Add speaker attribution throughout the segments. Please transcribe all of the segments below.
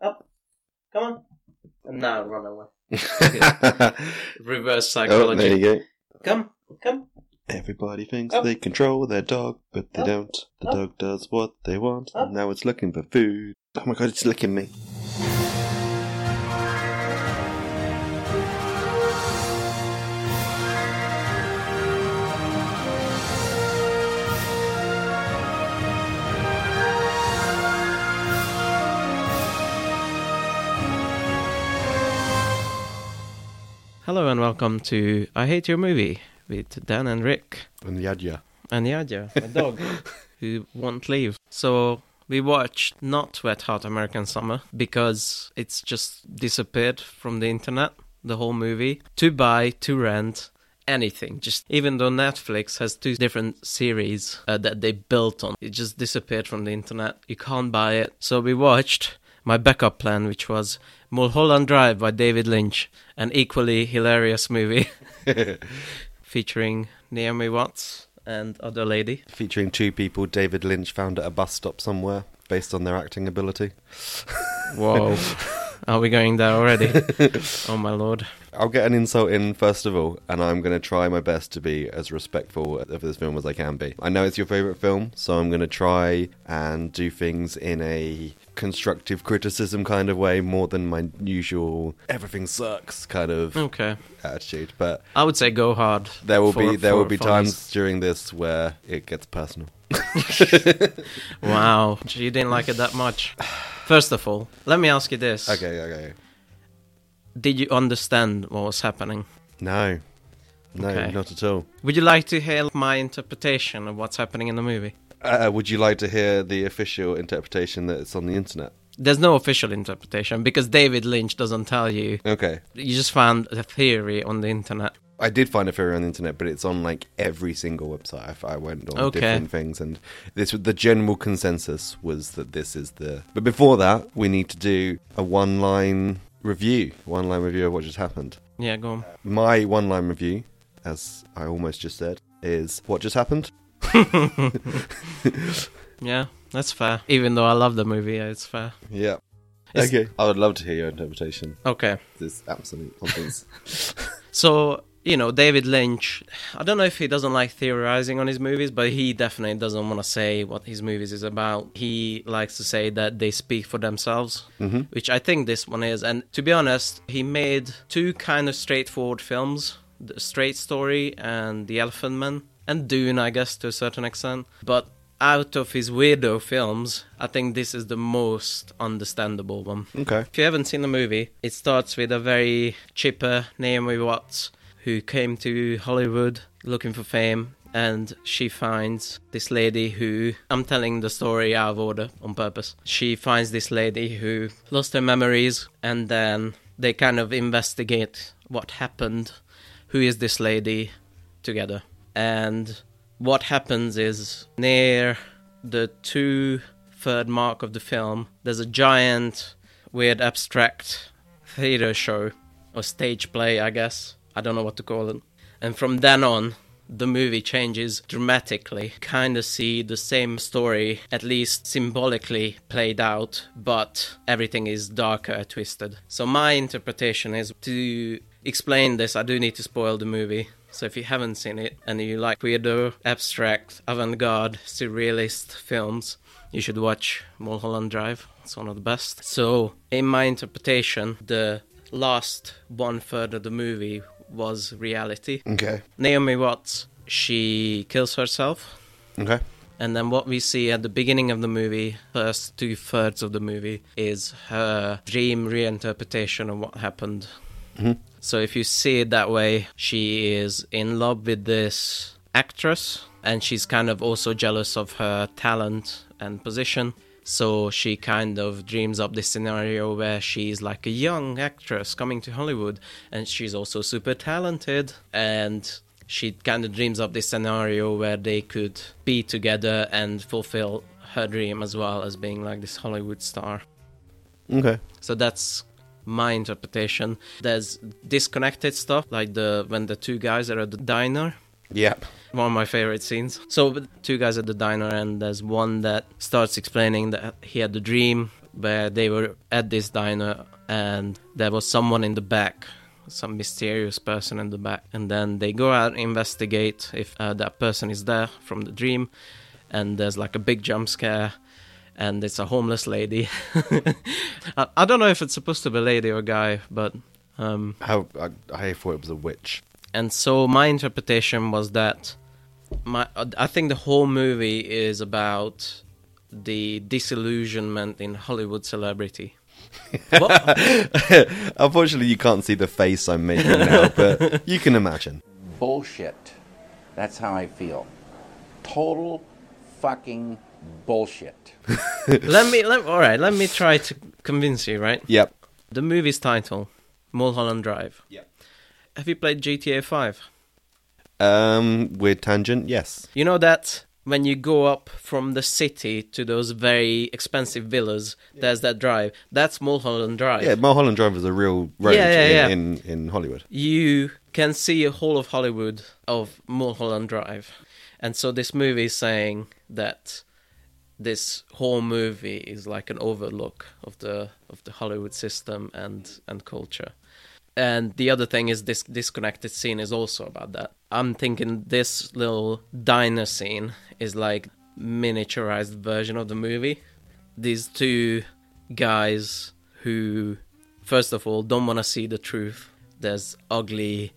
Speaker 1: Up. Come on. And now run away.
Speaker 2: Reverse
Speaker 3: oh,
Speaker 2: psychology.
Speaker 3: there you go.
Speaker 1: Come. Come.
Speaker 3: Everybody thinks
Speaker 1: Up.
Speaker 3: they control their dog, but they
Speaker 1: Up.
Speaker 3: don't. The
Speaker 1: Up.
Speaker 3: dog does what they want,
Speaker 1: Up.
Speaker 3: and now it's looking for food. Oh my god, it's licking me.
Speaker 2: Hello and welcome to I Hate Your Movie with Dan and Rick
Speaker 4: And Yadya.
Speaker 2: and Yadya, my dog, who won't leave. So we watched not Wet Hot American Summer because it's just disappeared from the internet, the whole movie. To buy, to rent, anything. Just even though Netflix has two different series uh, that they built on, it just disappeared from the internet. You can't buy it. So we watched my backup plan, which was Mulholland Drive by David Lynch, an equally hilarious movie featuring Naomi Watts and other lady.
Speaker 4: Featuring two people David Lynch found at a bus stop somewhere based on their acting ability.
Speaker 2: Whoa. Are we going there already? oh my lord.
Speaker 4: I'll get an insult in first of all, and I'm going to try my best to be as respectful of this film as I can be. I know it's your favourite film, so I'm going to try and do things in a constructive criticism kind of way more than my usual everything sucks kind of
Speaker 2: Okay.
Speaker 4: attitude. But
Speaker 2: I would say go hard.
Speaker 4: there will
Speaker 2: Oh. for-
Speaker 4: be there will
Speaker 2: for
Speaker 4: be
Speaker 2: funds.
Speaker 4: times during this where it gets personal.
Speaker 2: Wow. You didn't like it that much. First of all, let me ask you this.
Speaker 4: Okay, okay.
Speaker 2: Did you understand what was happening?
Speaker 4: No. No,
Speaker 2: Okay.
Speaker 4: not at all.
Speaker 2: Would you like to hear my interpretation of what's happening in the movie?
Speaker 4: Uh, would you like to hear the official interpretation that it's on the internet?
Speaker 2: There's no official interpretation because David Lynch doesn't tell you.
Speaker 4: Okay.
Speaker 2: You just found a theory on the internet.
Speaker 4: I did find a theory on the internet, but it's on like every single website. I I went on
Speaker 2: Okay.
Speaker 4: different things, and this the general consensus was that this is the. But before that, we need to do a one-line review. One-line review of what just happened.
Speaker 2: Yeah, go on.
Speaker 4: My one-line review, as I almost just said, is what just happened.
Speaker 2: Yeah, that's fair. Even though I love the movie, yeah, it's fair.
Speaker 4: Yeah.
Speaker 2: It's-
Speaker 4: okay. I would love to hear your interpretation.
Speaker 2: Okay.
Speaker 4: This absolute nonsense.
Speaker 2: So, you know, David Lynch, I don't know if he doesn't like theorizing on his movies, but he definitely doesn't want to say what his movies is about. He likes to say that they speak for themselves, which I think this one is. And to be honest, he made two kind of straightforward films The Straight Story and The Elephant Man, and Dune, I guess, to a certain extent. But out of his weirdo films, I think this is the most understandable one.
Speaker 4: okay.
Speaker 2: If you haven't seen the movie, it starts with a very chipper Naomi Watts who came to Hollywood looking for fame. And she finds this lady who, I'm telling the story out of order on purpose. She finds this lady who lost her memories, and then they kind of investigate what happened, who is this lady together. And what happens is near the two third mark of the film, there's a giant weird abstract theater show or stage play, I guess. I don't know what to call it. And from then on, the movie changes dramatically. Kind of see the same story, at least symbolically played out, but everything is darker, twisted. So, my interpretation is to explain this, I do need to spoil the movie. So, if you haven't seen it and you like weirdo, abstract, avant garde, surrealist films, you should watch Mulholland Drive. It's one of the best. So, in my interpretation, the last one third of the movie was reality.
Speaker 4: Okay.
Speaker 2: Naomi Watts, she kills herself.
Speaker 4: Okay.
Speaker 2: And then what we see at the beginning of the movie, first two thirds of the movie, is her dream reinterpretation of what happened. So if you see it that way, she is in love with this actress, and she's kind of also jealous of her talent and position. So she kind of dreams up this scenario where she's like a young actress coming to Hollywood, and she's also super talented, and she kind of dreams up this scenario where they could be together and fulfill her dream as well as being like this Hollywood star.
Speaker 4: Okay.
Speaker 2: So that's my interpretation. There's disconnected stuff like the when the two guys are at the diner.
Speaker 4: Yep.
Speaker 2: One of my favorite scenes. So the two guys at the diner, and there's one that starts explaining that he had the dream where they were at this diner and there was someone in the back some mysterious person in the back and then they go out and investigate if uh, that person is there from the dream and there's like a big jump scare and it's a homeless lady I, I don't know if it's supposed to be a lady or a guy but um
Speaker 4: How I, I thought it was a witch.
Speaker 2: and so my interpretation was that my I think the whole movie is about the disillusionment in Hollywood celebrity. What?
Speaker 4: Unfortunately, you can't see the face I'm making now, but you can imagine.
Speaker 5: bullshit. That's how I feel. Total fucking bullshit.
Speaker 2: let me let all right, let me try to convince you, right?
Speaker 4: Yep.
Speaker 2: The movie's title, Mulholland Drive.
Speaker 4: Yep.
Speaker 2: Have you played GTA 5?
Speaker 4: Um, weird tangent. Yes.
Speaker 2: You know that when you go up from the city to those very expensive villas, there's that drive. That's Mulholland Drive.
Speaker 4: Yeah, Mulholland Drive is a real road
Speaker 2: Yeah, yeah, yeah.
Speaker 4: in, in in Hollywood.
Speaker 2: you can see a whole of Hollywood of Mulholland Drive. And so this movie is saying that this whole movie is like an overlook of the of the Hollywood system and and culture. And the other thing is this disconnected scene is also about that. I'm thinking this little diner scene is like miniaturized version of the movie. These two guys who first of all don't want to see the truth. There's ugly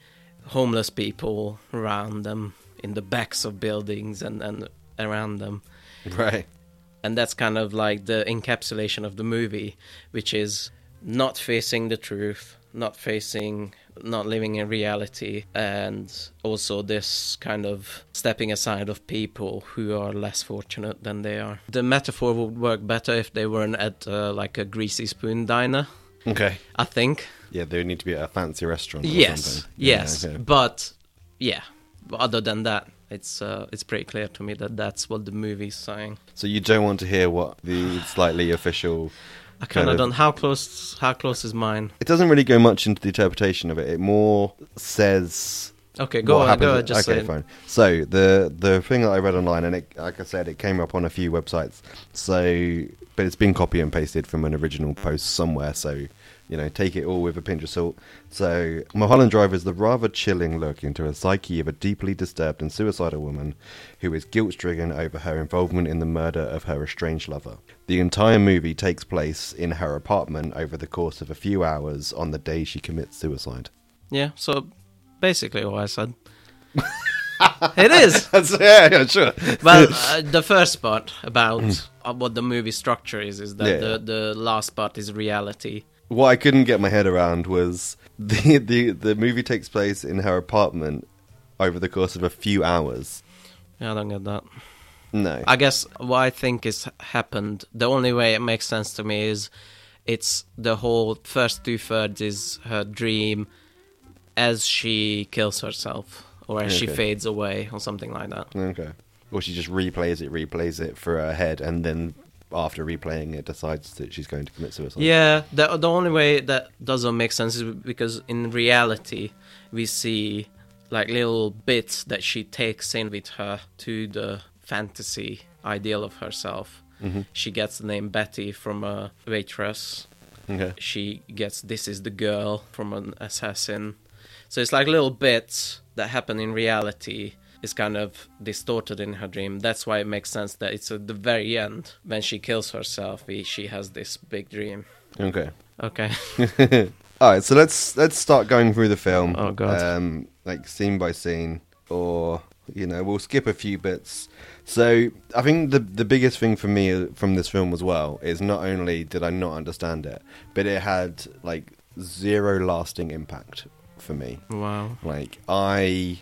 Speaker 2: homeless people around them in the backs of buildings and, and around them
Speaker 4: Right.
Speaker 2: and that's kind of like the encapsulation of the movie which is not facing the truth not facing not living in reality and also this kind of stepping aside of people who are less fortunate than they are the metaphor would work better if they weren't at uh, like a greasy spoon diner
Speaker 4: Okay.
Speaker 2: i think
Speaker 4: Yeah, they would need to be at a fancy restaurant. Or
Speaker 2: yes
Speaker 4: something. Yeah,
Speaker 2: yes
Speaker 4: okay.
Speaker 2: but yeah other than that it's uh, it's pretty clear to me that that's what the movie's saying
Speaker 4: So you don't want to hear what the slightly official.
Speaker 2: i kind of
Speaker 4: of-
Speaker 2: don't how close how close is mine
Speaker 4: It doesn't really go much into the interpretation of it. It more says
Speaker 2: Okay, go
Speaker 4: what
Speaker 2: on, go
Speaker 4: happens-
Speaker 2: on, just
Speaker 4: okay,
Speaker 2: say it.
Speaker 4: fine. So the the thing that I read online, and it, like I said, it came up on a few websites. So, but it's been copy and pasted from an original post somewhere. So, you know, take it all with a pinch of salt. So, Mulholland Drive is the rather chilling look into a psyche of a deeply disturbed and suicidal woman who is guilt-stricken over her involvement in the murder of her estranged lover. The entire movie takes place in her apartment over the course of a few hours on the day she commits suicide.
Speaker 2: Yeah, so basically what I said. it is.
Speaker 4: That's yeah, yeah, sure.
Speaker 2: Well, uh, the first part about uh, what the movie structure is is that
Speaker 4: Mm. Yeah.
Speaker 2: the, the last part is reality.
Speaker 4: what I couldn't get my head around was the, the the movie takes place in her apartment over the course of a few hours.
Speaker 2: Yeah, I don't get that.
Speaker 4: No.
Speaker 2: I guess what I think is happened. The only way it makes sense to me is it's the whole first two thirds is her dream as she kills herself or as she
Speaker 4: Okay.
Speaker 2: fades away or something like that.
Speaker 4: okay. Or she just replays it, replays it for her head, and then after replaying it, decides that she's going to commit suicide.
Speaker 2: Yeah, the the only way that doesn't make sense is because in reality we see like little bits that she takes in with her to the fantasy ideal of herself. She gets the name Betty from a waitress.
Speaker 4: Okay.
Speaker 2: She gets this is the girl from an assassin. So it's like little bits that happen in reality is kind of distorted in her dream. That's why it makes sense that it's at the very end when she kills herself. we- She has this big dream.
Speaker 4: Okay.
Speaker 2: Okay.
Speaker 4: All right. So let's let's start going through the film.
Speaker 2: Oh, God.
Speaker 4: Um, like scene by scene, or you know, we'll skip a few bits. So I think the the biggest thing for me uh, from this film as well is not only did I not understand it, but it had like zero lasting impact for me.
Speaker 2: Wow.
Speaker 4: Like I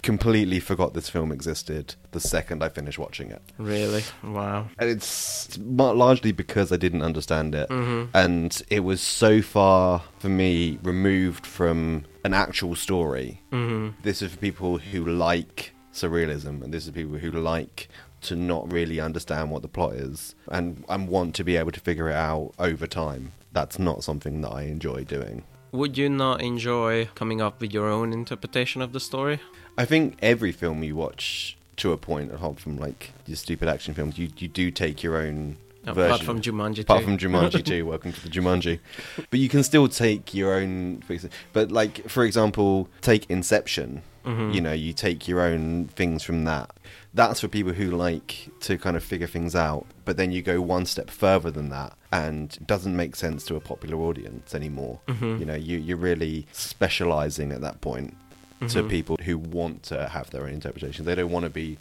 Speaker 4: completely forgot this film existed the second I finished watching it
Speaker 2: Really? Wow.
Speaker 4: and it's mar- largely because I didn't understand it, and it was so far for me removed from an actual story. Mm-hmm. This is for people who like surrealism, and this is people who like to not really understand what the plot is and and want to be able to figure it out over time. That's not something that I enjoy doing.
Speaker 2: Would you not enjoy coming up with your own interpretation of the story?
Speaker 4: I think every film you watch to a point, apart from like your stupid action films, you you do take your own
Speaker 2: Apart
Speaker 4: version.
Speaker 2: from Jumanji
Speaker 4: Apart
Speaker 2: too.
Speaker 4: from Jumanji too. Welcome to the Jumanji. But you can still take your own. fixes. But like, for example, take Inception.
Speaker 2: Mm-hmm.
Speaker 4: You know, you take your own things from that. That's for people who like to kind of figure things out. But then you go one step further than that, and it doesn't make sense to a popular audience anymore.
Speaker 2: Mm-hmm.
Speaker 4: You know, you, you're really specializing at that point to
Speaker 2: Mm-hmm.
Speaker 4: people who want to have their own interpretation. They don't want to be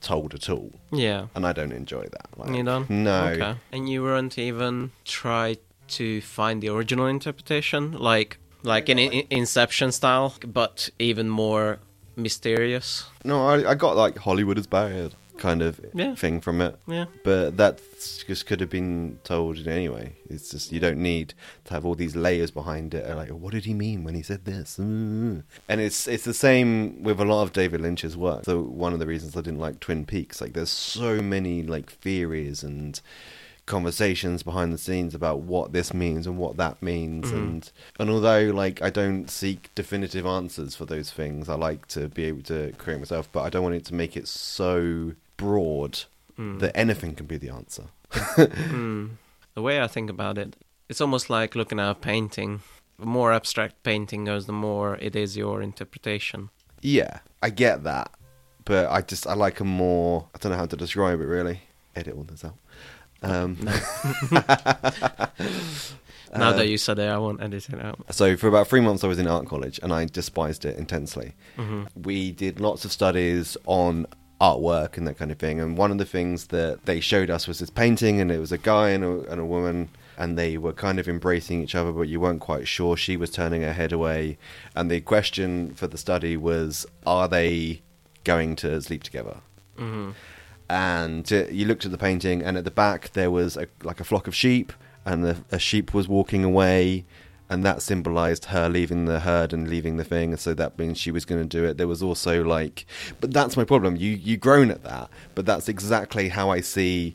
Speaker 4: told at all,
Speaker 2: Yeah.
Speaker 4: and I don't enjoy that. Like,
Speaker 2: You done?
Speaker 4: No.
Speaker 2: Okay. And you weren't even try to find the original interpretation, like like in, in Inception style, but even more mysterious.
Speaker 4: No, I, I got like Hollywood is bad kind of
Speaker 2: Yeah.
Speaker 4: thing from it.
Speaker 2: Yeah.
Speaker 4: But that just could have been told in any way. It's just you don't need to have all these layers behind it. Like, "Oh, what did he mean when he said this? Mm. And it's it's the same with a lot of David Lynch's work. So one of the reasons I didn't like Twin Peaks, like, there's so many like theories and conversations behind the scenes about what this means and what that means and and although like I don't seek definitive answers for those things I like to be able to create myself but I don't want it to make it so broad that anything can be the answer
Speaker 2: The way I think about it, it's almost like looking at a painting. The more abstract painting goes, the more it is your interpretation.
Speaker 4: yeah I get that but I just I like a more I don't know how to describe it really edit all this out um
Speaker 2: Now
Speaker 4: Uh,
Speaker 2: that you said it, I won't edit it out.
Speaker 4: So for about three months, I was in art college, and I despised it intensely. We did lots of studies on artwork and that kind of thing. And one of the things that they showed us was this painting, and it was a guy and a, and a woman, and they were kind of embracing each other, but you weren't quite sure. She was turning her head away, and the question for the study was, "Are they going to sleep together?" and uh, you looked at the painting and at the back there was a, like a flock of sheep and the, a sheep was walking away and that symbolized her leaving the herd and leaving the thing and so that means she was going to do it there was also like but that's my problem you you groan at that but that's exactly how i see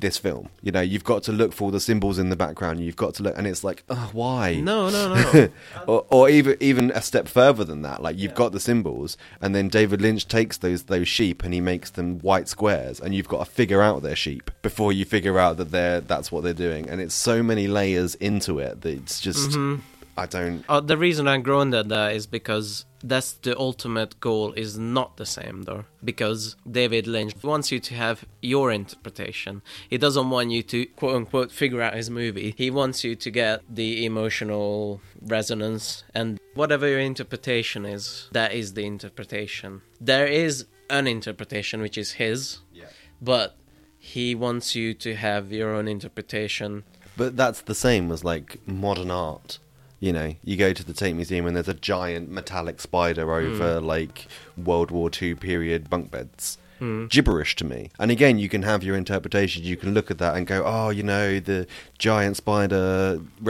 Speaker 4: this film you know you've got to look for the symbols in the background you've got to look and it's like oh why
Speaker 2: No, no, no.
Speaker 4: or, or even even a step further than that. Like you've got the symbols, and then David Lynch takes those those sheep and he makes them white squares, and you've got to figure out they're sheep before you figure out that they're that's what they're doing. And it's so many layers into it that it's just I don't.
Speaker 2: Uh, the reason I groaned at that is because that's the ultimate goal is not the same though because david lynch wants you to have your interpretation he doesn't want you to quote unquote figure out his movie he wants you to get the emotional resonance and whatever your interpretation is that is the interpretation there is an interpretation which is his but he wants you to have your own interpretation
Speaker 4: But that's the same as like modern art. You know, you go to the Tate Museum and there's a giant metallic spider over like World War II period bunk beds. Gibberish to me. And again, you can have your interpretation. You can look at that and go, oh, you know, the giant spider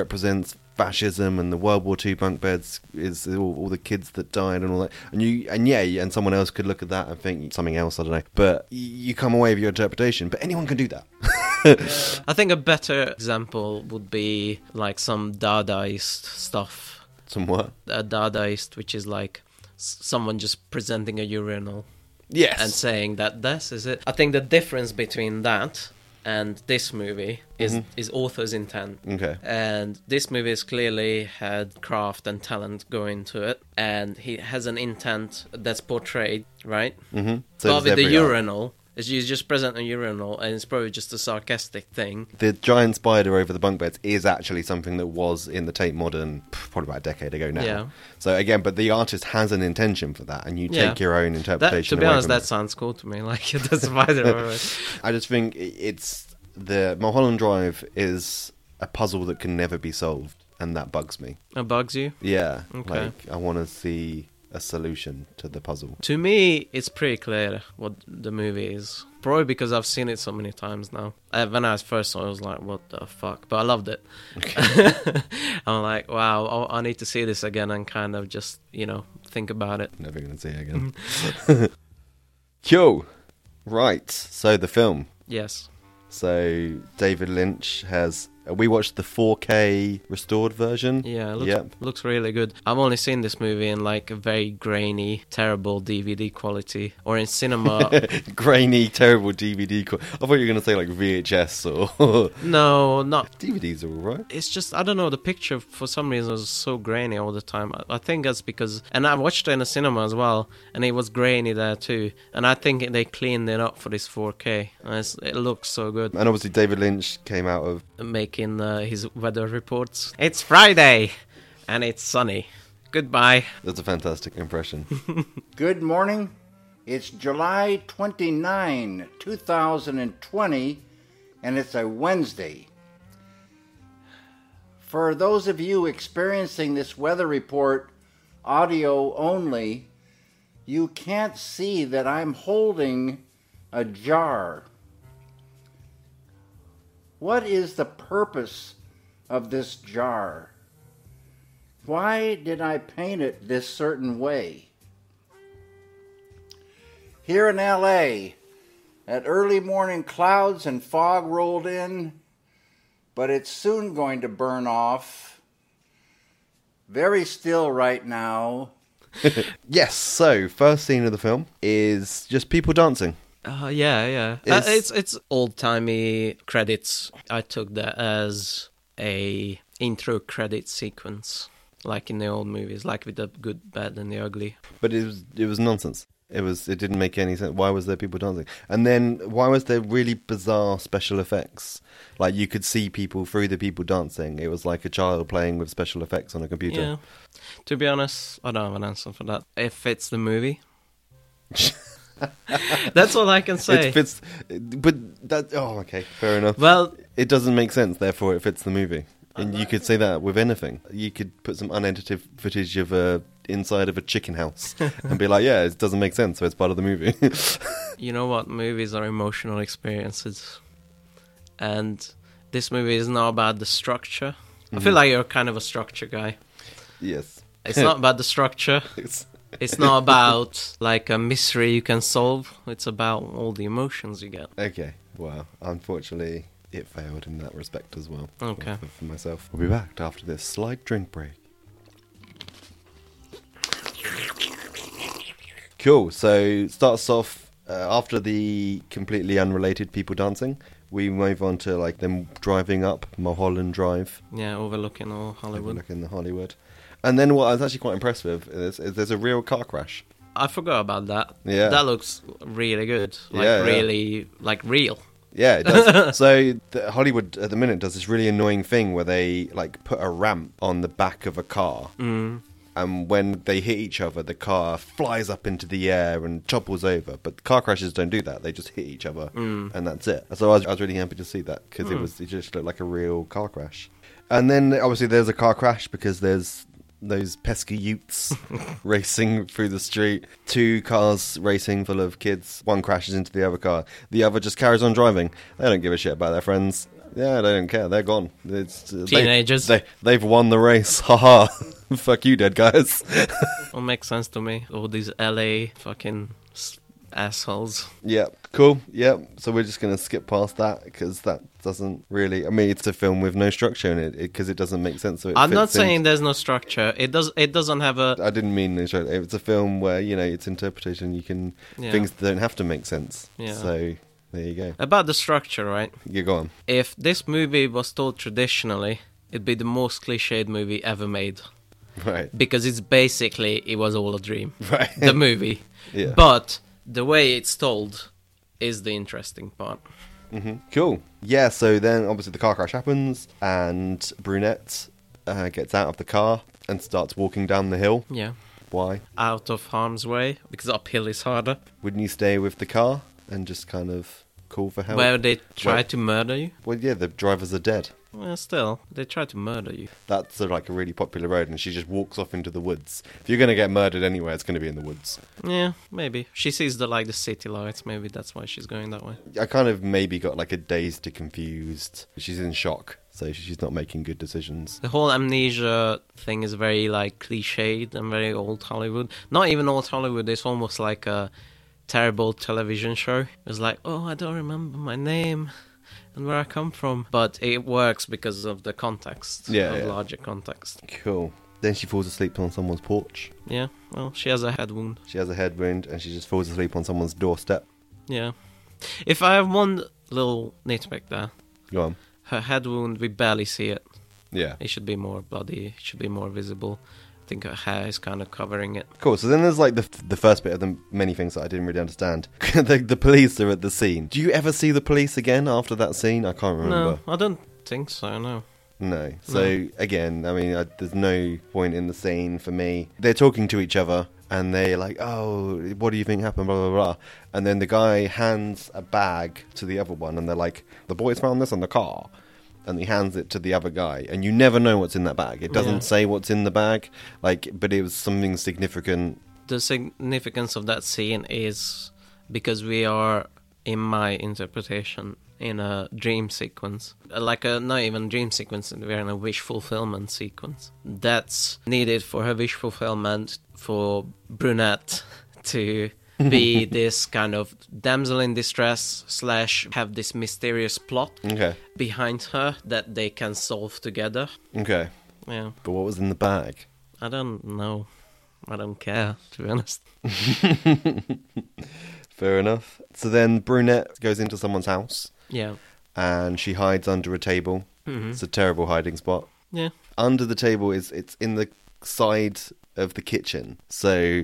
Speaker 4: represents fascism and the World War II bunk beds is all, all the kids that died and all that. And you, and yeah, and someone else could look at that and think something else, I don't know. But y- you come away with your interpretation. But anyone can do that.
Speaker 2: I think a better example would be like some Dadaist stuff.
Speaker 4: Somewhat.
Speaker 2: A Dadaist, which is like s- someone just presenting a urinal
Speaker 4: Yes.
Speaker 2: and saying that this is it. I think the difference between that and this movie is is author's intent.
Speaker 4: Mm-hmm. Okay.
Speaker 2: And this movie has clearly had craft and talent go into it, and he has an intent that's portrayed, right? Mm-hmm.
Speaker 4: So
Speaker 2: but
Speaker 4: does
Speaker 2: with the
Speaker 4: every art.
Speaker 2: urinal, is you just present a urinal, and it's probably just a sarcastic thing.
Speaker 4: the giant spider over the bunk beds is actually something that was in the Tate Modern pff, probably about a decade ago now.
Speaker 2: Yeah.
Speaker 4: So again, but the artist has an intention for that, and you
Speaker 2: Yeah.
Speaker 4: take your own
Speaker 2: That,
Speaker 4: interpretation.
Speaker 2: to be
Speaker 4: away
Speaker 2: honest,
Speaker 4: from
Speaker 2: that sounds cool to me. Like it doesn't matter.
Speaker 4: it. I just think i- it's the Mulholland Drive is a puzzle that can never be solved, and that bugs me.
Speaker 2: it bugs you.
Speaker 4: Yeah,
Speaker 2: Okay.
Speaker 4: like I want to see a solution to the puzzle.
Speaker 2: To me, it's pretty clear what the movie is. Probably because I've seen it so many times now. Uh, When I first saw it, I was like, "What the fuck?" But I loved it. I'm like, "Wow, I, I need to see this again and kind of just, you know, think about it."
Speaker 4: Never gonna see it again. Cool. Right. So the film.
Speaker 2: Yes.
Speaker 4: So David Lynch has uh, We watched the 4K restored version.
Speaker 2: Yeah, it looks,
Speaker 4: Yep.
Speaker 2: looks really good. I've only seen this movie in like a very grainy, terrible DVD quality, or in cinema.
Speaker 4: Grainy, terrible DVD. qu- I thought you were going to say like VHS or
Speaker 2: no, not.
Speaker 4: DVDs, are all right.
Speaker 2: It's just I don't know. The picture for some reason was so grainy all the time. I, I think that's because, and I watched it in the cinema as well, and it was grainy there too. And I think they cleaned it up for this 4K. And it's, it looks so good.
Speaker 4: And obviously, David Lynch came out of
Speaker 2: making uh, his weather reports. It's Friday, and it's sunny. Goodbye.
Speaker 4: that's a fantastic impression.
Speaker 5: Good morning. It's July 29, 2020, and it's a Wednesday. For those of you experiencing this weather report audio only, you can't see that I'm holding a jar. What is the purpose of this jar? Why did I paint it this certain way? Here in LA, that early morning clouds and fog rolled in, but it's soon going to burn off. Very still right now.
Speaker 4: yes, so first scene of the film is just people dancing.
Speaker 2: Uh, yeah, yeah. It's
Speaker 4: It's-
Speaker 2: uh, it's, it's old timey credits. I took that as a intro credit sequence, like in the old movies, like with the good, bad, and the ugly.
Speaker 4: But it was it was nonsense. It was it didn't make any sense. Why was there people dancing? And then why was there really bizarre special effects? Like you could see people through the people dancing. It was like a child playing with special effects on a
Speaker 2: Yeah.
Speaker 4: computer.
Speaker 2: To be honest, I don't have an answer for that. It fits the movie. That's all I can say.
Speaker 4: It fits, but that oh okay, fair enough.
Speaker 2: well,
Speaker 4: it doesn't make sense, therefore it fits the movie. And you could say that with anything. You could put some unedited footage of a inside of a chicken house and be like, yeah, it doesn't make sense, so it's part of the movie.
Speaker 2: you know what movies are emotional experiences and this movie is not about the structure i
Speaker 4: Mm-hmm.
Speaker 2: feel like you're kind of a structure guy
Speaker 4: yes.
Speaker 2: it's not about the structure
Speaker 4: It's-
Speaker 2: it's not about like a mystery you can solve it's about all the emotions you get
Speaker 4: Okay. Well, unfortunately, it failed in that respect as well.
Speaker 2: Okay.
Speaker 4: For, for myself. We'll be back after this slight drink break. Cool. So starts off uh, after the completely unrelated people dancing. We move on to like them driving up Mulholland Drive,
Speaker 2: yeah overlooking all hollywood
Speaker 4: overlooking the Hollywood. And then what I was actually quite impressed with is, is there's a real car crash.
Speaker 2: i forgot about that
Speaker 4: Yeah.
Speaker 2: that looks really good like
Speaker 4: Yeah, yeah.
Speaker 2: really like real
Speaker 4: Yeah, it does. so the, Hollywood at the minute does this really annoying thing where they like put a ramp on the back of a car. Mm. And when they hit each other, the car flies up into the air and topples over. But car crashes don't do that; they just hit each other, and that's it. So I was, I was really happy to see that because it was it just looked like a real car crash. And then obviously there's a car crash because there's those pesky utes racing through the street. Two cars racing full of kids. One crashes into the other car. The other just carries on driving. They don't give a shit about their friends. Yeah, they don't care. They're gone. It's, uh, they-
Speaker 2: Teenagers.
Speaker 4: They, they've won the race. Haha. Fuck you, dead guys.
Speaker 2: all makes sense to me all these la fucking s- assholes
Speaker 4: Yeah, cool. Yeah, so we're just gonna skip past that because that doesn't really. I mean, it's a film with no structure in it because it, doesn't make sense. So it
Speaker 2: i'm not
Speaker 4: fits in-
Speaker 2: saying there's no structure it does it doesn't have a
Speaker 4: I didn't mean no structure. It's a film where you know it's interpretation. You can
Speaker 2: Yeah.
Speaker 4: things don't have to make sense.
Speaker 2: Yeah.
Speaker 4: So there you go.
Speaker 2: About the structure, right?
Speaker 4: You go on.
Speaker 2: If this movie was told traditionally, it'd be the most cliched movie ever made
Speaker 4: Right.
Speaker 2: because it's basically it was all a dream.
Speaker 4: Right.
Speaker 2: The movie.
Speaker 4: Yeah.
Speaker 2: But the way it's told is the interesting part.
Speaker 4: Cool. Yeah, so then obviously the car crash happens, and Brunette uh, gets out of the car and starts walking down the hill.
Speaker 2: Yeah.
Speaker 4: Why?
Speaker 2: Out of harm's way because uphill is harder.
Speaker 4: Wouldn't you stay with the car and just kind of call for help?
Speaker 2: Where they try
Speaker 4: Well-
Speaker 2: to murder you.
Speaker 4: well, yeah, the drivers are dead.
Speaker 2: Well, still, they try to murder you.
Speaker 4: That's uh, like a really popular road, and she just walks off into the woods. If you're going to get murdered anywhere, it's going to be in the woods.
Speaker 2: Yeah, maybe she sees the like the city lights. Maybe that's why she's going that way.
Speaker 4: I kind of maybe got like a dazed to confused. She's in shock, so she's not making good decisions.
Speaker 2: The whole amnesia thing is very like cliched and very old Hollywood. Not even old Hollywood. It's almost like a terrible television show. It's like, oh, I don't remember my name. and where I come from. But it works because of the context,
Speaker 4: Yeah,
Speaker 2: of
Speaker 4: yeah.
Speaker 2: larger context.
Speaker 4: Cool. Then she falls asleep on someone's porch.
Speaker 2: Yeah, well, she has a head wound.
Speaker 4: She has a head wound and she just falls asleep on someone's doorstep.
Speaker 2: Yeah. If I have one little nitpick there,
Speaker 4: Go on.
Speaker 2: her head wound, we barely see it.
Speaker 4: Yeah.
Speaker 2: It should be more bloody, it should be more visible. I think her hair is kind of covering it.
Speaker 4: Cool. So then there's like the, the first bit of the many things that I didn't really understand. the, the police are at the scene. Do you ever see the police again after that scene? I can't remember.
Speaker 2: No, I don't think so, no.
Speaker 4: No. So again, I mean, I, there's no point in the scene for me. They're talking to each other and they're like, "Oh, what do you think happened?" Blah blah blah. And then the guy hands a bag to the other one, and they're like, "The boys found this in the car." And he hands it to the other guy, and you never know what's in that bag. It doesn't
Speaker 2: Yeah.
Speaker 4: say what's in the bag, like, but it was something significant.
Speaker 2: the significance of that scene is because we are, in my interpretation, in a dream sequence. Like a not even dream sequence, we're in a wish fulfillment sequence. That's needed for her wish fulfillment for Brunette to be this kind of damsel in distress slash have this mysterious plot
Speaker 4: Okay,
Speaker 2: behind her that they can solve together.
Speaker 4: okay.
Speaker 2: Yeah.
Speaker 4: But what was in the bag?
Speaker 2: I don't know. I don't care, to be honest.
Speaker 4: Fair enough. So then Brunette goes into someone's house
Speaker 2: Yeah.
Speaker 4: and she hides under a table. It's a terrible hiding spot.
Speaker 2: Yeah.
Speaker 4: Under the table is it's in the side of the kitchen. So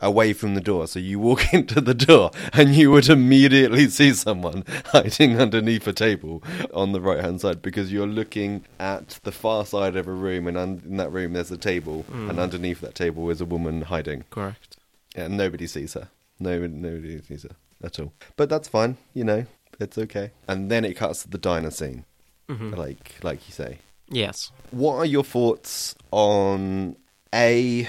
Speaker 4: away from the door. So you walk into the door and you would immediately see someone hiding underneath a table on the right hand side because you're looking at the far side of a room and un- in that room there's a table and underneath that table is a woman hiding.
Speaker 2: Correct.
Speaker 4: Yeah, nobody sees her. Nobody, nobody sees her at all. But that's fine, you know, it's okay. And then it cuts to the diner scene, like like you say.
Speaker 2: Yes.
Speaker 4: What are your thoughts on a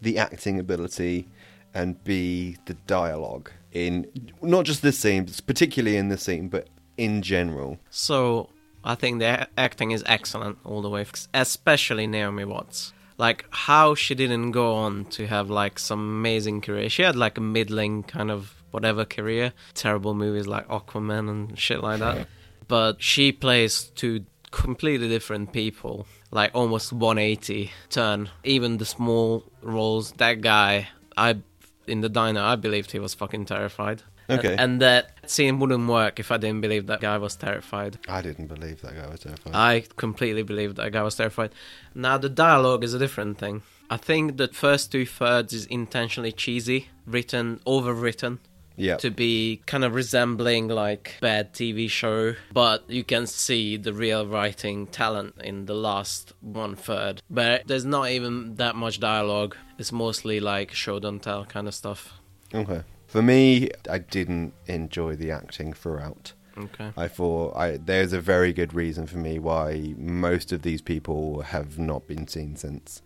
Speaker 4: the acting ability and b the dialogue in not just this scene, but particularly in this scene, but in general?
Speaker 2: So I think the a- acting is excellent all the way, especially Naomi Watts. Like how she didn't go on to have like some amazing career. She had like a middling kind of whatever career, terrible movies like Aquaman and shit like that. But she plays two completely different people, like almost 180 turn. Even the small roles. That guy, I in the diner, I believed he was fucking terrified.
Speaker 4: Okay.
Speaker 2: And, and that scene wouldn't work if I didn't believe that guy was terrified.
Speaker 4: I didn't believe that guy was terrified.
Speaker 2: I completely believed that guy was terrified. Now the dialogue is a different thing. I think the first two thirds is intentionally cheesy, written, overwritten.
Speaker 4: Yeah.
Speaker 2: To be kind of resembling like bad TV show, but you can see the real writing talent in the last one third. But there's not even that much dialogue. It's mostly like show don't tell kind of stuff.
Speaker 4: okay. For me, I didn't enjoy the acting throughout.
Speaker 2: Okay.
Speaker 4: I thought I, there's a very good reason for me why most of these people have not been seen since.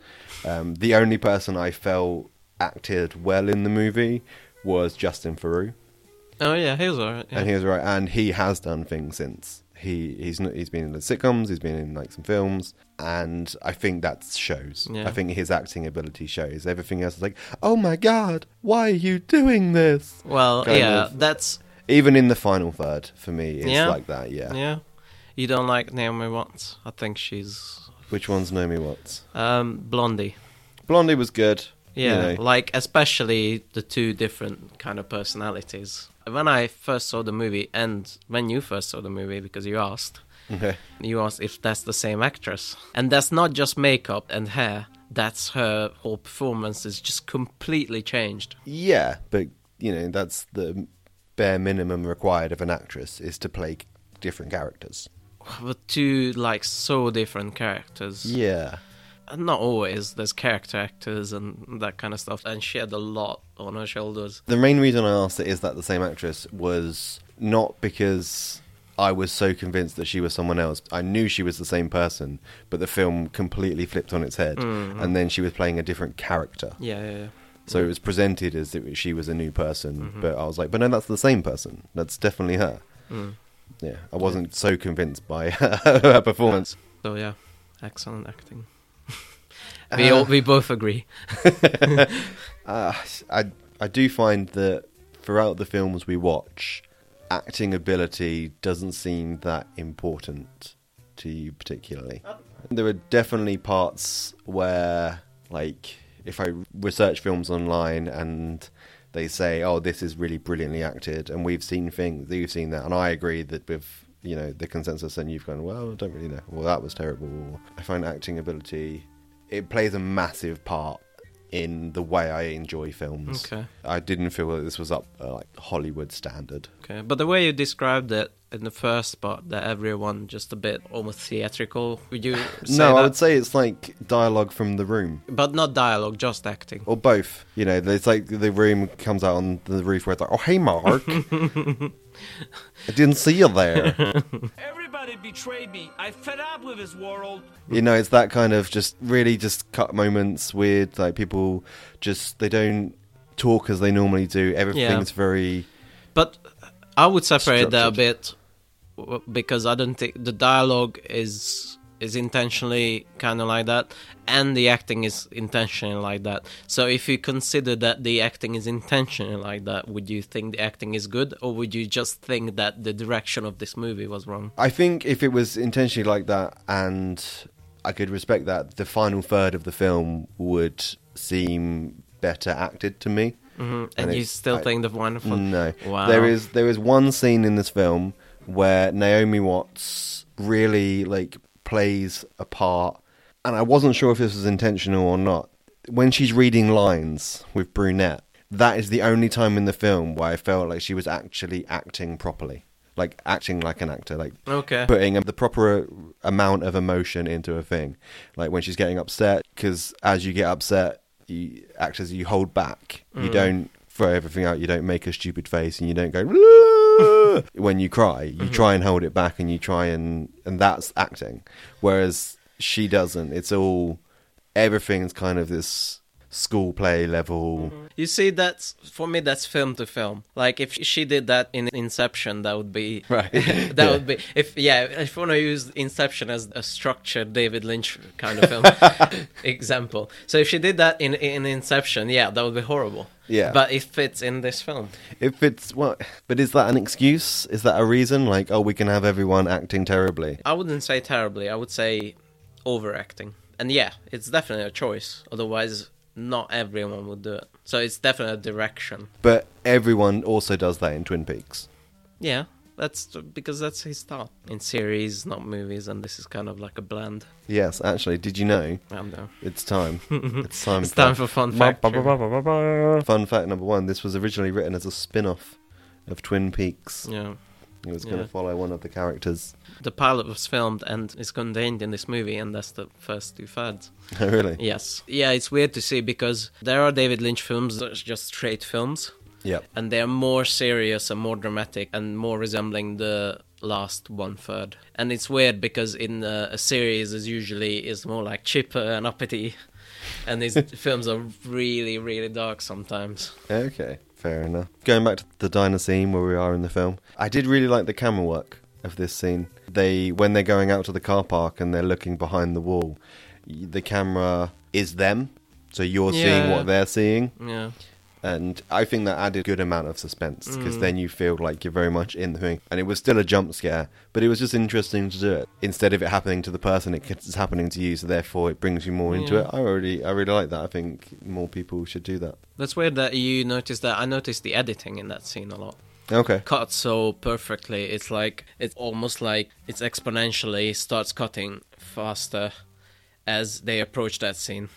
Speaker 4: Um, the only person I felt acted well in the movie was Justin Theroux,
Speaker 2: Oh yeah, he was alright. Yeah.
Speaker 4: and he was right. And he has done things since. He he's not, he's been in the sitcoms, he's been in like some films, and I think that shows.
Speaker 2: Yeah.
Speaker 4: I think his acting ability shows. Everything else is like, oh my god, why are you doing this?
Speaker 2: well,
Speaker 4: kind
Speaker 2: yeah,
Speaker 4: of-
Speaker 2: that's
Speaker 4: Even in the final third, for me, it's
Speaker 2: Yeah.
Speaker 4: like that. Yeah.
Speaker 2: Yeah. You don't like Naomi Watts? I think she's
Speaker 4: Which one's Naomi Watts?
Speaker 2: um Blondie.
Speaker 4: Blondie was good.
Speaker 2: Yeah,
Speaker 4: You know.
Speaker 2: like especially the two different kind of personalities. When I first saw the movie and when you first saw the movie because you asked,
Speaker 4: Okay.
Speaker 2: you asked if that's the same actress. And that's not just makeup and hair. That's her whole performance is just completely changed.
Speaker 4: Yeah, but you know that's the bare minimum required of an actress is to play different characters.
Speaker 2: But two like so different characters.
Speaker 4: Yeah.
Speaker 2: Not always. There's character actors and that kind of stuff. And she had a lot on her shoulders.
Speaker 4: The main reason I asked it is that the same actress was not because I was so convinced that she was someone else. I knew she was the same person, but the film completely flipped on its head, and then she was playing a different character.
Speaker 2: Yeah, yeah, yeah.
Speaker 4: So it was presented as if she was a new person, but I was like, but no, that's the same person. That's definitely her. Yeah, I wasn't so convinced by her performance.
Speaker 2: So yeah, excellent acting. we all, we both agree.
Speaker 4: Uh, I I do find that throughout the films we watch, acting ability doesn't seem that important to you particularly. There are definitely parts where, like, if I research films online and they say, "Oh, this is really brilliantly acted," and we've seen things, you've seen that, and I agree that with you know the consensus, and you've gone, "Well, I don't really know." Well, that was terrible. Or I find acting ability it plays a massive part in the way I enjoy films.
Speaker 2: Okay.
Speaker 4: I didn't feel that this was up uh, like Hollywood standard.
Speaker 2: Okay, but the way you described it in the first part, that everyone just a bit almost theatrical. Would you say
Speaker 4: no, I
Speaker 2: that?
Speaker 4: would say it's like dialogue from the room.
Speaker 2: But not dialogue, just acting.
Speaker 4: Or both, you know. It's like the room comes out on the roof where it's like, "Oh, hey, Mark, I didn't see you there."
Speaker 6: Everybody betrayed me. I fed up with this world.
Speaker 4: you know, it's that kind of just really just cut moments. Weird, like people just they don't talk as they normally do. Everything's very
Speaker 2: But I would separate that a
Speaker 4: Structured.
Speaker 2: bit w- because I don't think the dialogue is is intentionally kind of like that, and the acting is intentionally like that. So if you consider that the acting is intentionally like that, would you think the acting is good, or would you just think that the direction of this movie was wrong?
Speaker 4: I think if it was intentionally like that, and I could respect that, the final third of the film would seem better acted to me. Mm-hmm.
Speaker 2: Hmm, And, you still think the wonderful?
Speaker 4: no?
Speaker 2: Wow.
Speaker 4: There is there is one scene in this film where Naomi Watts really like plays a part, and I wasn't sure if this was intentional or not. When she's reading lines with Brunette, that is the only time in the film where I felt like she was actually acting properly, like acting like an actor, like
Speaker 2: Okay.
Speaker 4: putting the proper amount of emotion into a thing. Like when she's getting upset, because as you get upset, you act as you hold back. You don't throw everything out. You don't make a stupid face, and you don't go "Wah!" when you cry. You try and hold it back, and you try and and that's acting. Whereas she doesn't. It's all everything's kind of this school play level.
Speaker 2: You see, that's for me. That's film to film. Like if she did that in Inception, that would be
Speaker 4: Right.
Speaker 2: that
Speaker 4: Yeah.
Speaker 2: would be if yeah. If you want to use Inception as a structured David Lynch kind of film example, so if she did that in in Inception, yeah, that would be horrible.
Speaker 4: Yeah.
Speaker 2: but it fits in this film.
Speaker 4: If it's what, but is that an excuse? Is that a reason? Like, oh, we can have everyone acting terribly.
Speaker 2: I wouldn't say terribly. I would say overacting. And yeah, it's definitely a choice. Otherwise, not everyone would do it. So it's definitely a direction.
Speaker 4: But everyone also does that in Twin Peaks.
Speaker 2: Yeah, that's because that's his style in series, not movies, and this is kind of like a blend.
Speaker 4: Yes, actually, did you know?
Speaker 2: I don't know.
Speaker 4: It's time. It's time.
Speaker 2: It's time for fun fact.
Speaker 4: Fun fact number one: This was originally written as a spin-off of Twin Peaks.
Speaker 2: Yeah,
Speaker 4: It was going to
Speaker 2: Yeah.
Speaker 4: follow one of the characters.
Speaker 2: the pilot was filmed and is contained in this movie, and that's the first two thirds.
Speaker 4: Oh, really?
Speaker 2: Yes, yeah, it's weird to see because there are David Lynch films that's just straight films,
Speaker 4: Yep.
Speaker 2: and they're more serious and more dramatic and more resembling the last one third. And it's weird because in uh, a, a series is usually is more like cheaper and uppity, and these films are really really dark sometimes.
Speaker 4: Okay. Fair enough. Going back to the diner scene where we are in the film, I did really like the camera work of this scene. They when they're going out to the car park and they're looking behind the wall, y- the camera is them, so you're seeing
Speaker 2: Yeah.
Speaker 4: what they're seeing.
Speaker 2: Yeah.
Speaker 4: and I think that added a good amount of suspense because then you feel like you're very much in the thing. And it was still a jump scare, but it was just interesting to do it instead of it happening to the person. it- It's happening to you, so therefore it brings you more into
Speaker 2: Yeah.
Speaker 4: it. I already, I really like that. I think more people should do that.
Speaker 2: That's weird that you noticed that. I noticed the editing in that scene a lot.
Speaker 4: Okay,
Speaker 2: Cut so perfectly. It's like it's almost like it's exponentially starts cutting faster as they approach that scene.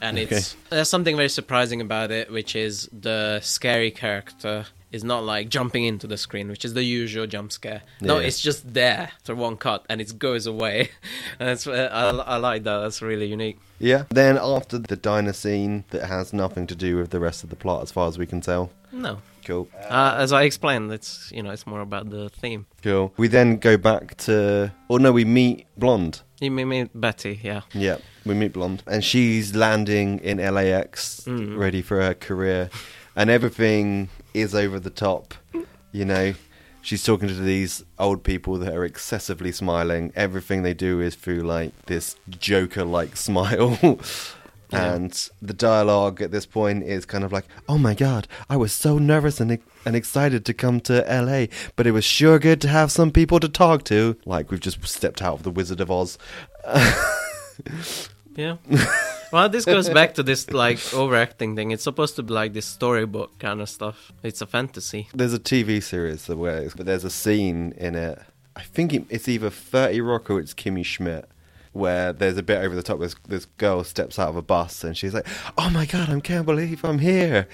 Speaker 2: And it's there's something very surprising about it, which is the scary character is not like jumping into the screen, which is the usual jump scare. No,
Speaker 4: Yeah.
Speaker 2: it's just there for one cut, and it goes away. and it's, I, I like that. That's really unique.
Speaker 4: yeah. Then after the diner scene, that has nothing to do with the rest of the plot, as far as we can tell.
Speaker 2: No,
Speaker 4: Cool.
Speaker 2: uh, as I explained, it's you know it's more about the theme.
Speaker 4: Cool. We then go back to, or no, we meet Blonde.
Speaker 2: You mean, mean Betty, yeah.
Speaker 4: Yeah, we meet Blonde, and she's landing in LAX, ready for her career, and everything is over the top. You know, she's talking to these old people that are excessively smiling. Everything they do is through like this Joker-like smile. And the dialogue at this point is kind of like, "Oh my god, I was so nervous and and excited to come to LA, but it was sure good to have some people to talk to." Like we've just stepped out of the Wizard of Oz.
Speaker 2: Yeah. well, this goes back to this like overacting thing. It's supposed to be like this storybook kind of stuff. It's a fantasy.
Speaker 4: There's a TV series that where it's, but there's a scene in it. I think it, it's either Thirty Rock or it's Kimmy Schmidt, where there's a bit over the top. This this girl steps out of a bus and she's like, "Oh my god, I can't believe I'm here.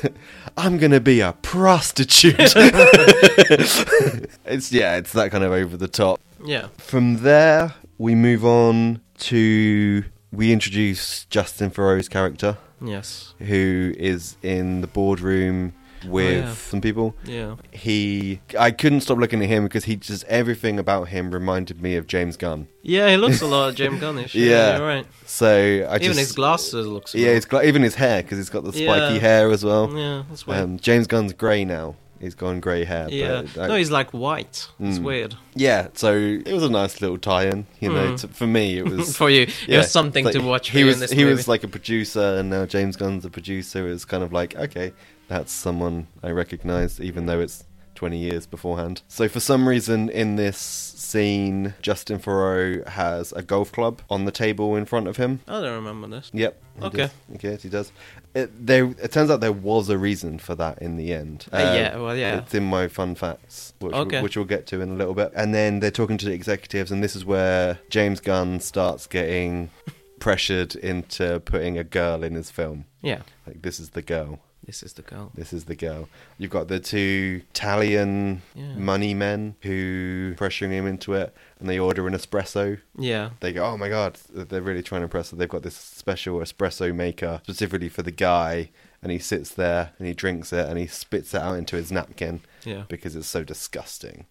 Speaker 4: I'm gonna be a prostitute." it's yeah, it's that kind of over the top.
Speaker 2: Yeah.
Speaker 4: From there, we move on to we introduce Justin Thoreau's character
Speaker 2: Yes.
Speaker 4: who is in the boardroom with
Speaker 2: Oh, yeah.
Speaker 4: some people.
Speaker 2: Yeah.
Speaker 4: He, I couldn't stop looking at him because he just everything about him reminded me of James Gunn.
Speaker 2: Yeah, he looks a lot James Gunnish. Yeah,
Speaker 4: Yeah.
Speaker 2: you're right.
Speaker 4: So I
Speaker 2: Even
Speaker 4: just,
Speaker 2: his glasses looks.
Speaker 4: yeah,
Speaker 2: cool.
Speaker 4: his gla- even his hair because he's got the spiky
Speaker 2: Yeah. Mm,
Speaker 4: hair as well.
Speaker 2: yeah, that's weird.
Speaker 4: Um, James Gunn's grey now. He's gone grey hair.
Speaker 2: yeah,
Speaker 4: but I- Hmm.
Speaker 2: no, he's like white. It's weird
Speaker 4: yeah. So it was a nice little tie-in, you know.
Speaker 2: Mm.
Speaker 4: To, for me, it was
Speaker 2: for you. It
Speaker 4: Yeah,
Speaker 2: was something
Speaker 4: like,
Speaker 2: to watch.
Speaker 4: He
Speaker 2: for you
Speaker 4: was
Speaker 2: in this
Speaker 4: he
Speaker 2: movie.
Speaker 4: was like a producer, and now James Gunn's a producer. It's kind of like okay, that's someone I recognise, even though it's twenty years beforehand. So for some reason in this scene, Justin Thoreau has a golf club on the table in front of him.
Speaker 2: I don't remember this.
Speaker 4: Yep. he
Speaker 2: Okay.
Speaker 4: does. Okay, he does. It, there, it turns out there was a reason for that in the end. Um,
Speaker 2: Uh, yeah, well, yeah.
Speaker 4: It's in my fun facts, which, we'll-
Speaker 2: Okay.
Speaker 4: which we'll get to in a little bit. And then they're talking to the executives, and this is where James Gunn starts getting pressured into putting a girl in his film.
Speaker 2: Yeah,
Speaker 4: Like, this is the girl.
Speaker 2: this is the girl.
Speaker 4: This is the girl. You've got the two Italian
Speaker 2: Yeah.
Speaker 4: money men who pressuring him into it, and they order an espresso
Speaker 2: Yeah,
Speaker 4: they go, oh my god, they're really trying to impress. her." They've got this special espresso maker specifically for the guy, and he sits there and he drinks it and he spits it out into his napkin
Speaker 2: Yeah. Mm.
Speaker 4: because it's so disgusting.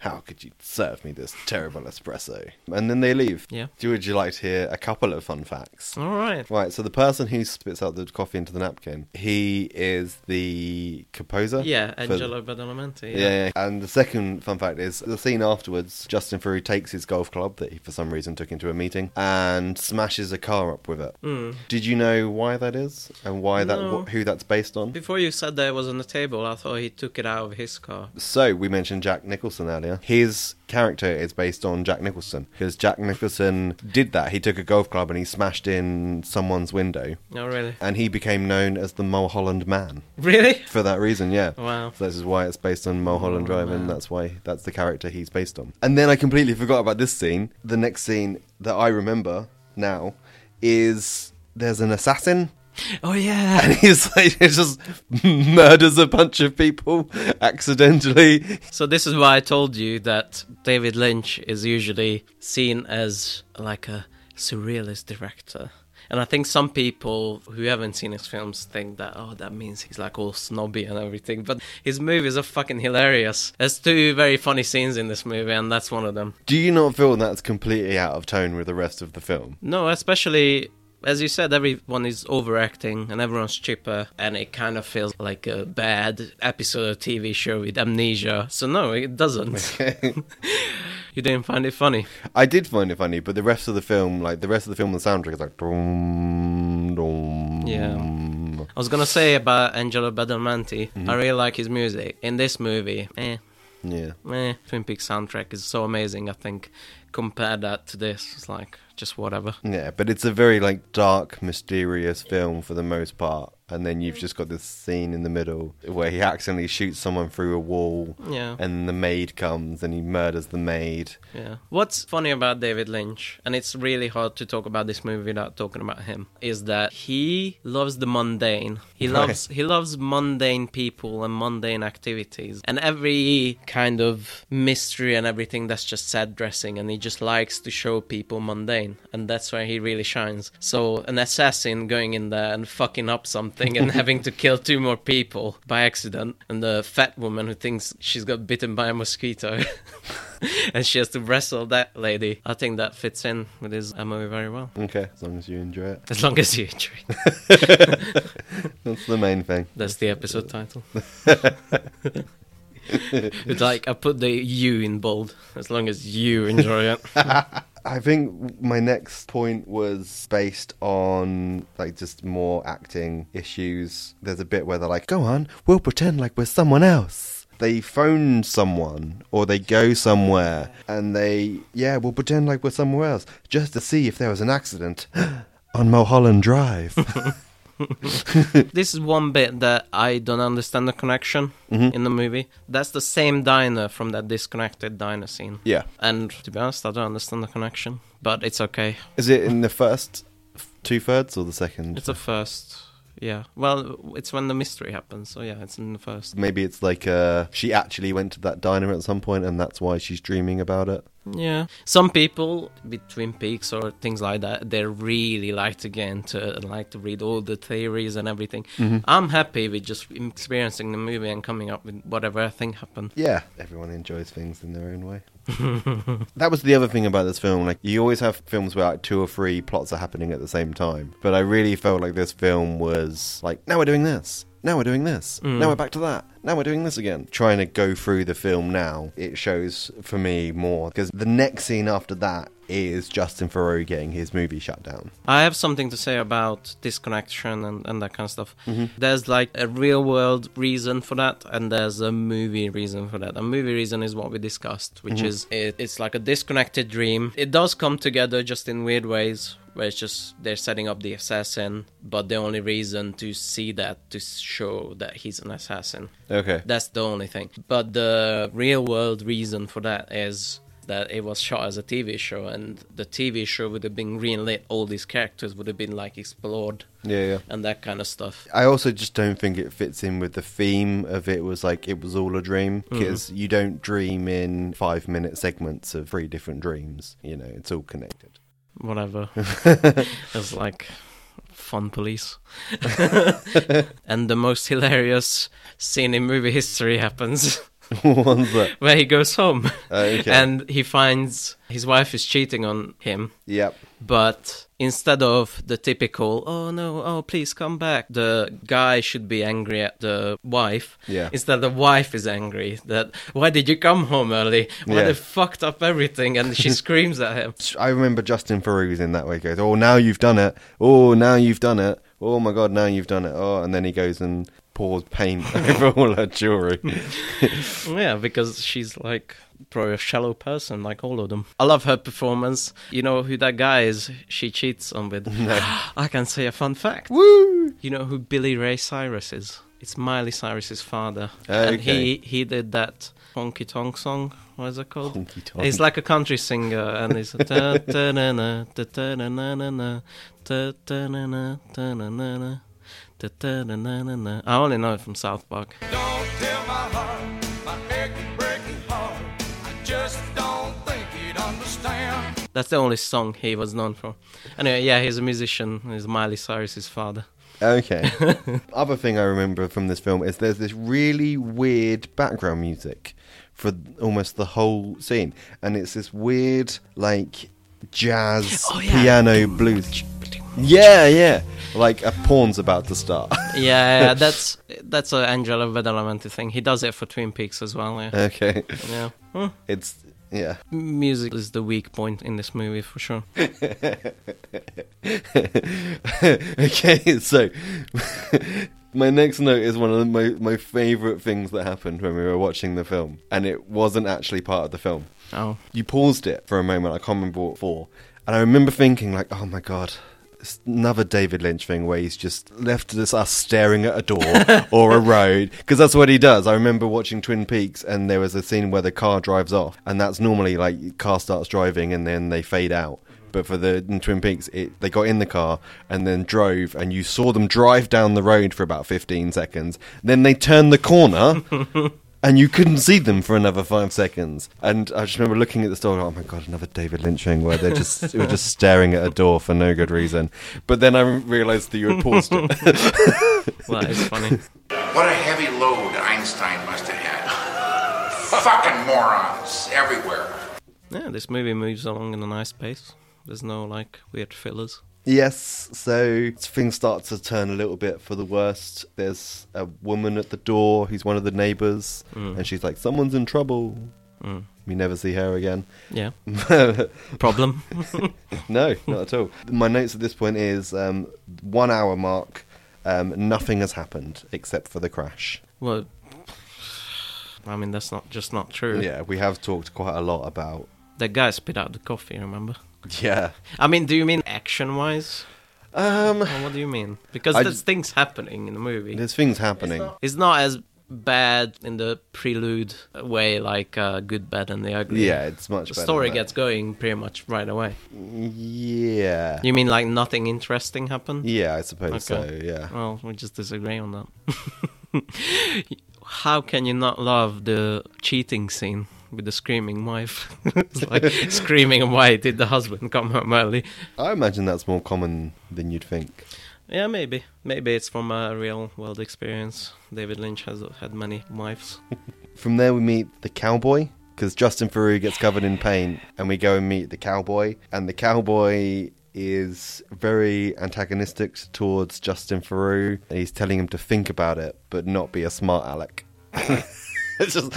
Speaker 4: How could you serve me this terrible espresso? And then they leave.
Speaker 2: Yeah.
Speaker 4: Do- Would you like to hear a couple of fun facts?
Speaker 2: all right.
Speaker 4: Right, so the person who spits out the coffee into the napkin, he is the composer.
Speaker 2: Yeah,
Speaker 4: for-
Speaker 2: Angelo Badalamenti. Yeah.
Speaker 4: yeah, yeah. And the second fun fact is the scene afterwards, Justin Theroux takes his golf club that he for some reason took into a meeting and smashes a car up with it. Did you know why that is and why that
Speaker 2: Hmm. No.
Speaker 4: wh- who that's based on?
Speaker 2: Before you said that it was on the table, I thought he took it out of his car.
Speaker 4: So we mentioned Jack Nicholson earlier. His character is based on Jack Nicholson because Jack Nicholson did that. He took a golf club and he smashed in someone's window.
Speaker 2: No, really,
Speaker 4: And he became known as the Mulholland Man.
Speaker 2: really.
Speaker 4: for that reason, yeah.
Speaker 2: Wow.
Speaker 4: So this is why it's based on Mulholland
Speaker 2: Oh,
Speaker 4: Drive,
Speaker 2: man.
Speaker 4: and that's why that's the character he's based on. And then I completely forgot about this scene. The next scene that I remember now is there's an assassin.
Speaker 2: Oh yeah.
Speaker 4: And he's like, he just murders a bunch of people accidentally.
Speaker 2: So this is why I told you that David Lynch is usually seen as like a surrealist director. And I think some people who haven't seen his films think that oh that means he's like all snobby and everything. But his movies are fucking hilarious. There's two very funny scenes in this movie and that's one of them.
Speaker 4: Do you not feel that's completely out of tone with the rest of the film?
Speaker 2: No, especially as you said, everyone is overacting and everyone's cheaper, and it kind of feels like a bad episode of TV show with amnesia. So no, it doesn't. you didn't find it funny.
Speaker 4: I did find it funny, but the rest of the film, like the rest of the film, the soundtrack is like, dum, dum,
Speaker 2: Yeah. I was gonna say about Angelo Badalamenti.
Speaker 4: Mm-hmm.
Speaker 2: I really like his music in this movie. Eh,
Speaker 4: yeah.
Speaker 2: eh. Twin Peaks soundtrack is so amazing. I think compare that to this, it's like just whatever.
Speaker 4: Yeah, but it's a very like dark, mysterious film for the most part. And then you've just got this scene in the middle where he accidentally shoots someone through a wall.
Speaker 2: Yeah.
Speaker 4: And the maid comes and he murders the maid.
Speaker 2: Yeah. What's funny about David Lynch, and it's really hard to talk about this movie without talking about him, is that he loves the mundane. He
Speaker 4: Right.
Speaker 2: loves he loves mundane people and mundane activities and every kind of mystery and everything that's just set dressing and he just likes to show people mundane and that's where he really shines. So an assassin going in there and fucking up something and having to kill two more people by accident and the fat woman who thinks she's got bitten by a mosquito and she has to wrestle that lady. I think that fits in with his uh, movie very well.
Speaker 4: Okay, as long as you enjoy it.
Speaker 2: As long as you enjoy it.
Speaker 4: That's the main thing.
Speaker 2: That's the episode title. it's like I put the you in bold. As long as you enjoy it.
Speaker 4: I think my next point was based on like just more acting issues. There's a bit where they're like, "Go on, we'll pretend like we're someone else." They phone someone or they go somewhere and they, yeah, we'll pretend like we're somewhere else just to see if there was an accident on Mulholland Drive.
Speaker 2: This is one bit that I don't understand the connection in the movie. That's the same diner from that disconnected diner scene.
Speaker 4: yeah.
Speaker 2: And to be honest, I don't understand the connection, but it's okay.
Speaker 4: Is it in the first two thirds or the second?
Speaker 2: It's a first. Yeah. Well, it's when the mystery happens. So yeah, it's in the first.
Speaker 4: Maybe it's like uh, she actually went to that diner at some point and that's why she's dreaming about it.
Speaker 2: Yeah. Some people between peaks or things like that, they really like to get into it and like to read all the theories and everything. I'm happy with just experiencing the movie and coming up with whatever I think happened.
Speaker 4: Yeah, everyone enjoys things in their own way. that was the other thing about this film. Like, you always have films where like two or three plots are happening at the same time. But I really felt like this film was like, now we're doing this. Now we're doing this. Now we're back to that. Now we're doing this again. Trying to go through the film now, it shows for me more because the next scene after that is Justin Theroux getting his movie shut down.
Speaker 2: I have something to say about disconnection and, and that kind of stuff. There's like a real world reason for that, and there's a movie reason for that. A movie reason is what we discussed, which is it, it's like a disconnected dream. It does come together just in weird ways, where it's just they're setting up the assassin, but the only reason to see that, to show that he's an assassin.
Speaker 4: Okay.
Speaker 2: That's the only thing. But the real world reason for that is that it was shot as a TV show, and the TV show would have been greenlit. All these characters would have been like explored,
Speaker 4: Yeah, yeah.
Speaker 2: and that kind of stuff.
Speaker 4: I also just don't think it fits in with the theme of it was like it was all a dream because you don't dream in five minute segments of three different dreams. You know, it's all connected.
Speaker 2: Whatever. it's like fun police. and the most hilarious scene in movie history happens.
Speaker 4: One's that,
Speaker 2: Where he goes home,
Speaker 4: Okay.
Speaker 2: and he finds his wife is cheating on him,
Speaker 4: yep.
Speaker 2: But instead of the typical, oh no, oh please come back, the guy should be angry at the wife.
Speaker 4: Yeah.
Speaker 2: Instead, the wife is angry that, why did you come home early? Why
Speaker 4: Yeah.
Speaker 2: they fucked up everything? And she screams at him.
Speaker 4: I remember Justin Theroux's in that way goes, oh now you've done it, oh now you've done it, oh my god now you've done it, oh and then he goes and pours paint over all her jewelry.
Speaker 2: Yeah, because she's like probably a shallow person, like all of them. I love her performance. You know who that guy is she cheats on with? I can say a fun fact. Woo! You know who Billy Ray Cyrus is? It's Miley Cyrus's father. And he,
Speaker 4: Ah, Okay.
Speaker 2: he did that honky tonk song. What is it called?
Speaker 4: Honky tonk.
Speaker 2: He's like a country singer and he's. da, da, na, na, da, da, na, na, na, na, da, da, na, na, da, na, na, na, da, da, na, na, na, na. I only know it from South Park.
Speaker 7: Don't tell my heart, my achy, breaky heart. I just don't think he'd understand.
Speaker 2: That's the only song he was known for. Anyway, yeah, he's a musician. He's Miley Cyrus's father.
Speaker 4: Okay. Other thing I remember from this film is there's this really weird background music for almost the whole scene, and it's this weird like jazz
Speaker 2: Oh, yeah.
Speaker 4: piano blues. Yeah, yeah. Like a pawn's about to start.
Speaker 2: Yeah, yeah that's that's a Angelo Badalamenti thing. He does it for Twin Peaks as well. Yeah,
Speaker 4: okay.
Speaker 2: yeah. Hmm.
Speaker 4: It's yeah.
Speaker 2: Music is the weak point in this movie for sure.
Speaker 4: okay, so my next note is one of the, my my favorite things that happened when we were watching the film, and it wasn't actually part of the film.
Speaker 2: Oh,
Speaker 4: you paused it for a moment. I can't remember what for. And I remember thinking, like, oh my god, it's another David Lynch thing where he's just left us us staring at a door or a road because that's what he does. I remember watching Twin Peaks, and there was a scene where the car drives off, and that's normally like car starts driving and then they fade out. But for the in Twin Peaks, it, they got in the car and then drove, and you saw them drive down the road for about 15 seconds. Then they turned the corner, and you couldn't see them for another five seconds. And I just remember looking at the door. Oh my god, another David Lynch thing where they're just they were just staring at a door for no good reason. But then I realised that you had paused it.
Speaker 2: well, that is funny.
Speaker 8: What a heavy load Einstein must have had. Fucking morons everywhere.
Speaker 2: Yeah, this movie moves along in a nice pace. There's no like weird fillers.
Speaker 4: Yes, so things start to turn a little bit for the worst. There's a woman at the door who's one of the neighbors, and she's like, "Someone's in trouble." We never see her again.
Speaker 2: Yeah. Problem.
Speaker 4: No, not at all. My notes at this point is um, one hour mark. Um, nothing has happened except for the crash.
Speaker 2: well, I mean that's not just not true.
Speaker 4: Yeah, we have talked quite a lot about.
Speaker 2: That guy spit out the coffee. Remember?
Speaker 4: Yeah.
Speaker 2: I mean, do you mean action-wise?
Speaker 4: Um,
Speaker 2: Or what do you mean? Because
Speaker 4: I
Speaker 2: there's
Speaker 4: d-
Speaker 2: things happening in the movie.
Speaker 4: there's things happening.
Speaker 2: It's not as bad in the prelude way like uh, Good, Bad, and the Ugly.
Speaker 4: Yeah, it's much
Speaker 2: The
Speaker 4: better.
Speaker 2: story
Speaker 4: than that.
Speaker 2: gets going pretty much right away.
Speaker 4: Yeah.
Speaker 2: You mean like nothing interesting happened?
Speaker 4: Yeah, I suppose
Speaker 2: Okay.
Speaker 4: so. Yeah.
Speaker 2: Well, we just disagree on that. How can you not love the cheating scene with the screaming wife? it's like screaming, why did the husband come home early?
Speaker 4: I imagine that's more common than you'd think.
Speaker 2: Yeah, maybe. Maybe it's from a real world experience. David Lynch has had many wives.
Speaker 4: From there, we meet the cowboy because Justin Theroux gets covered in paint, and we go and meet the cowboy. And the cowboy is very antagonistic towards Justin Theroux. and He's telling him to think about it, but not be a smart aleck. it's just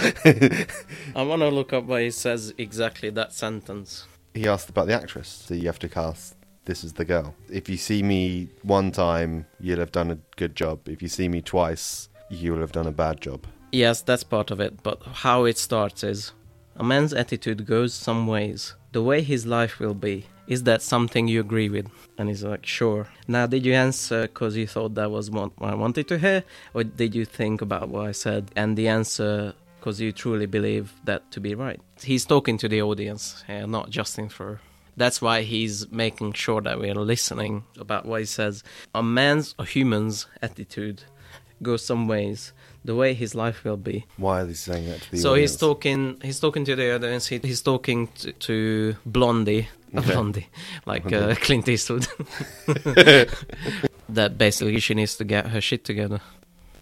Speaker 2: I want to look up why he says exactly that sentence.
Speaker 4: he asked about the actress so you have to cast this is the girl if you see me one time you'll have done a good job if you see me twice you'll have done a bad job
Speaker 2: Yes, that's part of it, but how it starts is a man's attitude goes some ways. The way his life will be. Is that something you agree with? And he's like, sure. Now, did you answer because you thought that was what I wanted to hear? Or did you think about what I said and the answer because you truly believe that to be right? He's talking to the audience here, not Justin for. That's why he's making sure that we're listening about what he says. A man's, a human's attitude goes some ways. The way his life will be
Speaker 4: why is he saying that to the
Speaker 2: so
Speaker 4: audience?
Speaker 2: he's talking he's talking to the audience he, he's talking to, to blondie blondie like uh, clint eastwood that basically she needs to get her shit together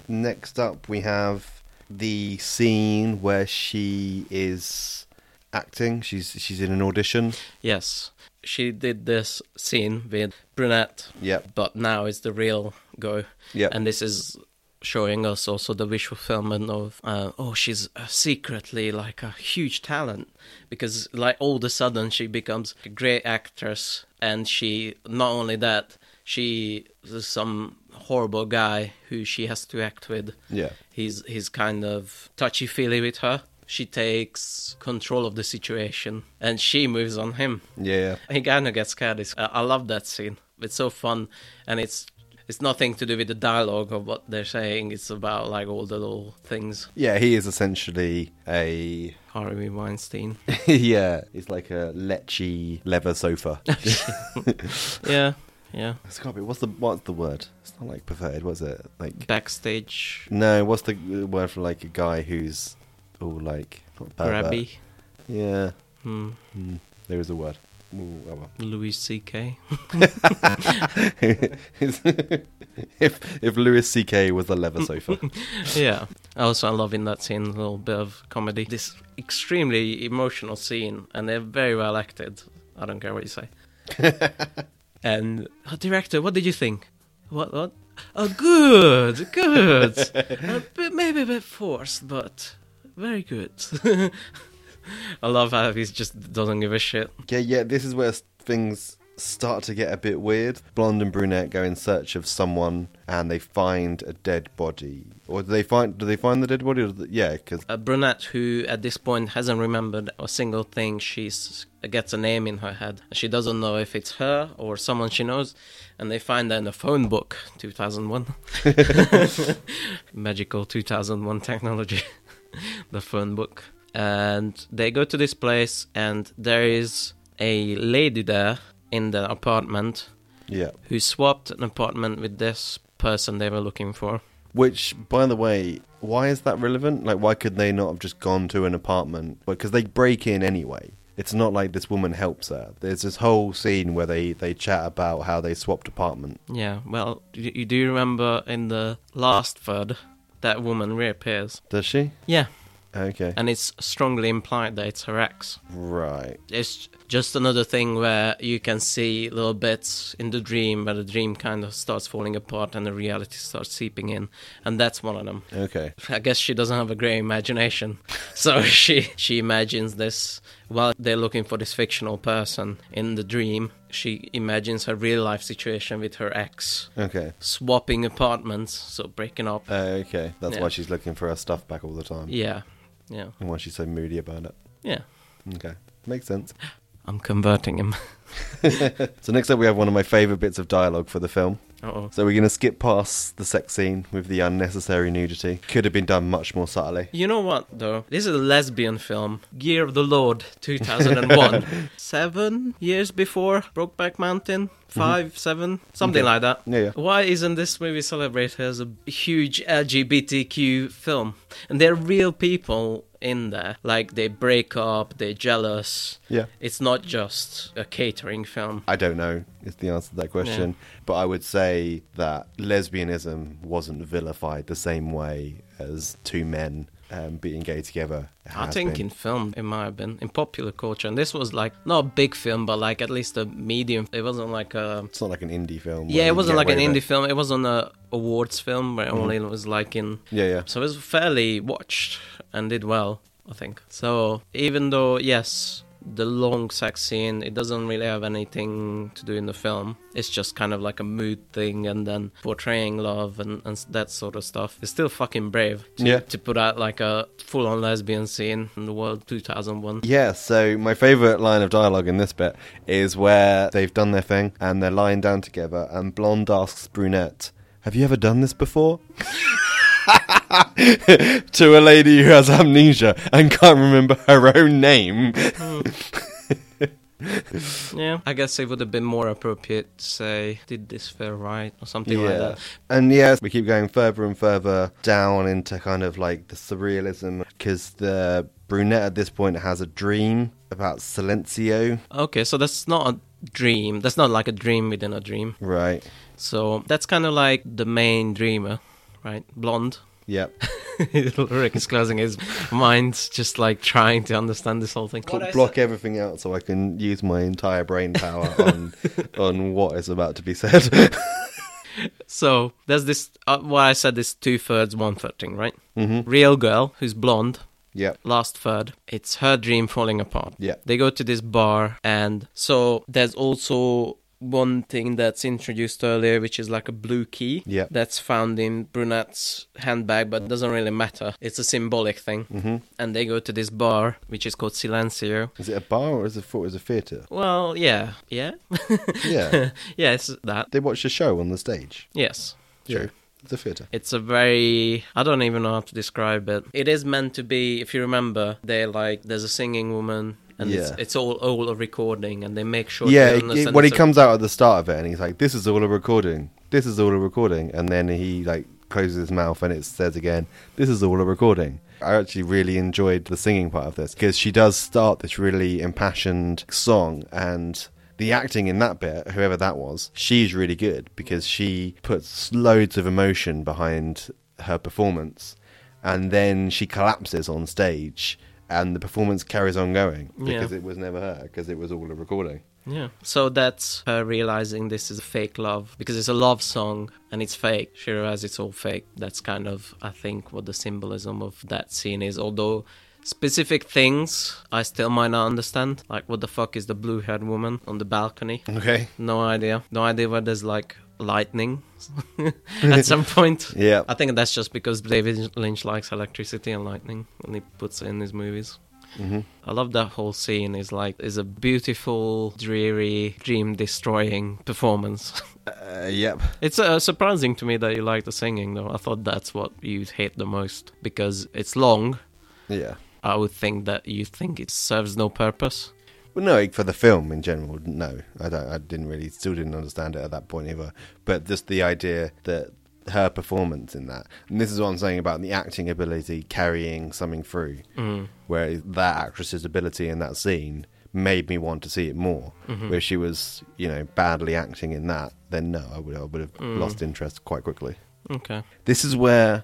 Speaker 4: next up we have the scene where she is acting she's she's in an audition
Speaker 2: yes she did this scene with brunette
Speaker 4: Yep.
Speaker 2: but now it's the real go
Speaker 4: Yep.
Speaker 2: and this is showing us also the visual fulfillment of uh, oh she's uh, secretly like a huge talent because like all of a sudden she becomes a great actress and she not only that she is some horrible guy who she has to act with
Speaker 4: Yeah.
Speaker 2: he's he's kind of touchy feely with her she takes control of the situation and she moves on him
Speaker 4: yeah
Speaker 2: he kind of gets scared. It's, I I love that scene. It's so fun, and it's it's nothing to do with the dialogue or what they're saying. It's about like all the little things.
Speaker 4: yeah he is essentially a
Speaker 2: Harvey Weinstein.
Speaker 4: yeah he's like a lechy leather sofa
Speaker 2: yeah, yeah.
Speaker 4: it's got to be what's the what's the word it's not like perverted was it like
Speaker 2: Backstage
Speaker 4: No, what's the uh, word for like a guy who's all like not pervert?
Speaker 2: grabby.
Speaker 4: Yeah. Hmm. There is a word. Ooh, oh well.
Speaker 2: Louis C.K.
Speaker 4: if if Louis C.K. was the leather sofa,
Speaker 2: yeah. Also, I'm loving that scene. A little bit of comedy. This extremely emotional scene, and they're very well acted. I don't care what you say. and oh, director, what did you think? What? What? Oh, good, good. a bit, maybe a bit forced, but very good. I love how he just doesn't give a shit.
Speaker 4: yeah, yeah. This is where s- things start to get a bit weird. Blonde and brunette go in search of someone, and they find a dead body. Or do they find? Do they find the dead body? Or the, yeah, because
Speaker 2: a Uh, brunette who at this point hasn't remembered a single thing she's uh, gets a name in her head she doesn't know if it's her or someone she knows and they find her in a phone book 2001 magical 2001 technology the phone book and they go to this place and there is a lady there in the apartment
Speaker 4: yeah.
Speaker 2: who swapped an apartment with this person they were looking for
Speaker 4: Which, by the way, why is that relevant? Like, why could they not have just gone to an apartment? Because they break in anyway. It's not like this woman helps her. There's this whole scene where they, they chat about how they swapped apartment.
Speaker 2: Yeah, well, you, you do remember in the last third that woman reappears.
Speaker 4: Does she?
Speaker 2: Yeah,
Speaker 4: Okay.
Speaker 2: and it's strongly implied that it's her ex.
Speaker 4: right.
Speaker 2: It's just another thing where you can see little bits in the dream where the dream kind of starts falling apart and the reality starts seeping in, and that's one of them.
Speaker 4: Okay.
Speaker 2: I guess she doesn't have a great imagination, so she she imagines this while they're looking for this fictional person in the dream. She imagines her real life situation with her ex
Speaker 4: Okay.
Speaker 2: swapping apartments, so breaking up.
Speaker 4: Uh, okay. That's
Speaker 2: Yeah.
Speaker 4: why she's looking for her stuff back all the time.
Speaker 2: yeah, yeah,
Speaker 4: And why she's so moody about it.
Speaker 2: yeah.
Speaker 4: Okay. Makes sense.
Speaker 2: I'm converting him.
Speaker 4: So next up, we have one of my favorite bits of dialogue for the film.
Speaker 2: Oh,
Speaker 4: So we're going to skip past the sex scene with the unnecessary nudity. Could have been done much more subtly.
Speaker 2: you know what though? This is a lesbian film, Gear of the Lord, 2001, seven years before Brokeback Mountain, 5 seven, something like that.
Speaker 4: Mm-hmm. Yeah, yeah.
Speaker 2: Why isn't this movie celebrated as a huge LGBTQ film? And there are real people in there, like they break up, they're jealous.
Speaker 4: Yeah.
Speaker 2: it's not just a catering film.
Speaker 4: I don't know is the answer to that question, but I would say that lesbianism wasn't vilified the same way as two men um, being gay together.
Speaker 2: I
Speaker 4: has
Speaker 2: think
Speaker 4: been.
Speaker 2: in film, it might have been in popular culture, and this was like not a big film, but like at least a medium. It wasn't like a
Speaker 4: it's not like an indie film. where
Speaker 2: yeah,
Speaker 4: you
Speaker 2: it wasn't
Speaker 4: get
Speaker 2: like an
Speaker 4: away
Speaker 2: indie
Speaker 4: with Mm-hmm.
Speaker 2: film. It wasn't a awards film where only it was like in
Speaker 4: Yeah, yeah.
Speaker 2: So it was fairly watched and did well, I think. So even though yes, the long sex scene it doesn't really have anything to do in the film. It's just kind of like a mood thing, and then portraying love and, and s- that sort of stuff. It's still fucking brave. To,
Speaker 4: Yeah.
Speaker 2: To put out like a full-on lesbian scene in the world 2001.
Speaker 4: Yeah, so my favourite line of dialogue in this bit is where they've done their thing and they're lying down together, and Blonde asks Brunette, Have you ever done this before? to a lady who has amnesia and can't remember her own name.
Speaker 2: Yeah. I guess it would have been more appropriate to say did this feel right or something like that.
Speaker 4: And yes, we keep going further and further down into kind of like the surrealism because the brunette at this point has a dream about Silencio.
Speaker 2: Okay, so that's not a dream. That's not like a dream within a dream.
Speaker 4: Right.
Speaker 2: So that's kind of like the main dreamer, right? Blonde.
Speaker 4: Yep.
Speaker 2: Rick is closing his mind, just like trying to understand this whole thing.
Speaker 4: Block everything out so I can use my entire brain power on on what is about to be said.
Speaker 2: So there's this, uh, why I said this two thirds, one third thing, right? Mm-hmm. Real girl who's blonde,
Speaker 4: yep.
Speaker 2: last third, it's her dream falling apart.
Speaker 4: Yeah.
Speaker 2: They go to this bar, and so there's also one thing that's introduced earlier, which is like a blue key.
Speaker 4: Yeah.
Speaker 2: That's found in Brunette's handbag, but doesn't really matter. It's a symbolic thing. Mm-hmm. And they go to this bar, which is called Silencio.
Speaker 4: Is it a bar or is it for, is it a theatre?
Speaker 2: Well, yeah. Yeah?
Speaker 4: Yeah.
Speaker 2: yes, that.
Speaker 4: they watch a show on the stage.
Speaker 2: Yes.
Speaker 4: Sure. It's a theatre.
Speaker 2: It's a very I don't even know how to describe it. It is meant to be, if you remember, they like there's a singing woman and it's,
Speaker 4: Yeah.
Speaker 2: it's all all a recording and they make sure
Speaker 4: Yeah,
Speaker 2: they
Speaker 4: it-
Speaker 2: understand
Speaker 4: it- when he
Speaker 2: it's a-
Speaker 4: comes out at the start of it and he's like, this is all a recording. This is all a recording. And then he like closes his mouth and it says again, this is all a recording. I actually really enjoyed the singing part of this because she does start this really impassioned song and the acting in that bit, whoever that was, she's really good because she puts loads of emotion behind her performance and then she collapses on stage and the performance carries on going because
Speaker 2: Yeah.
Speaker 4: it was never her because it was all a recording.
Speaker 2: Yeah. So that's her realizing this is a fake love because it's a love song and it's fake. She realizes it's all fake. That's kind of I think what the symbolism of that scene is. Although specific things I still might not understand. Like what the fuck is the blue haired woman on the balcony?
Speaker 4: Okay.
Speaker 2: No idea. No idea where there's like lightning at some point.
Speaker 4: Yeah.
Speaker 2: I think that's just because David Lynch likes electricity and lightning and he puts it in his movies. I love that whole scene. It's like it's a beautiful, dreary, dream-destroying performance.
Speaker 4: Uh, yep.
Speaker 2: it's uh, surprising to me that you like the singing, though. I thought that's what you'd hate the most because it's long.
Speaker 4: Yeah.
Speaker 2: I would think that you think it serves no purpose.
Speaker 4: Well, no, for the film in general, no, I don't. I didn't really, still didn't understand it at that point either. But just the idea that her performance in that, and this is what I'm saying about the acting ability carrying something through, where that actress's ability in that scene made me want to see it more. Where she was, you know, badly acting in that, then no, I would, I would have lost interest quite quickly.
Speaker 2: Okay.
Speaker 4: This is where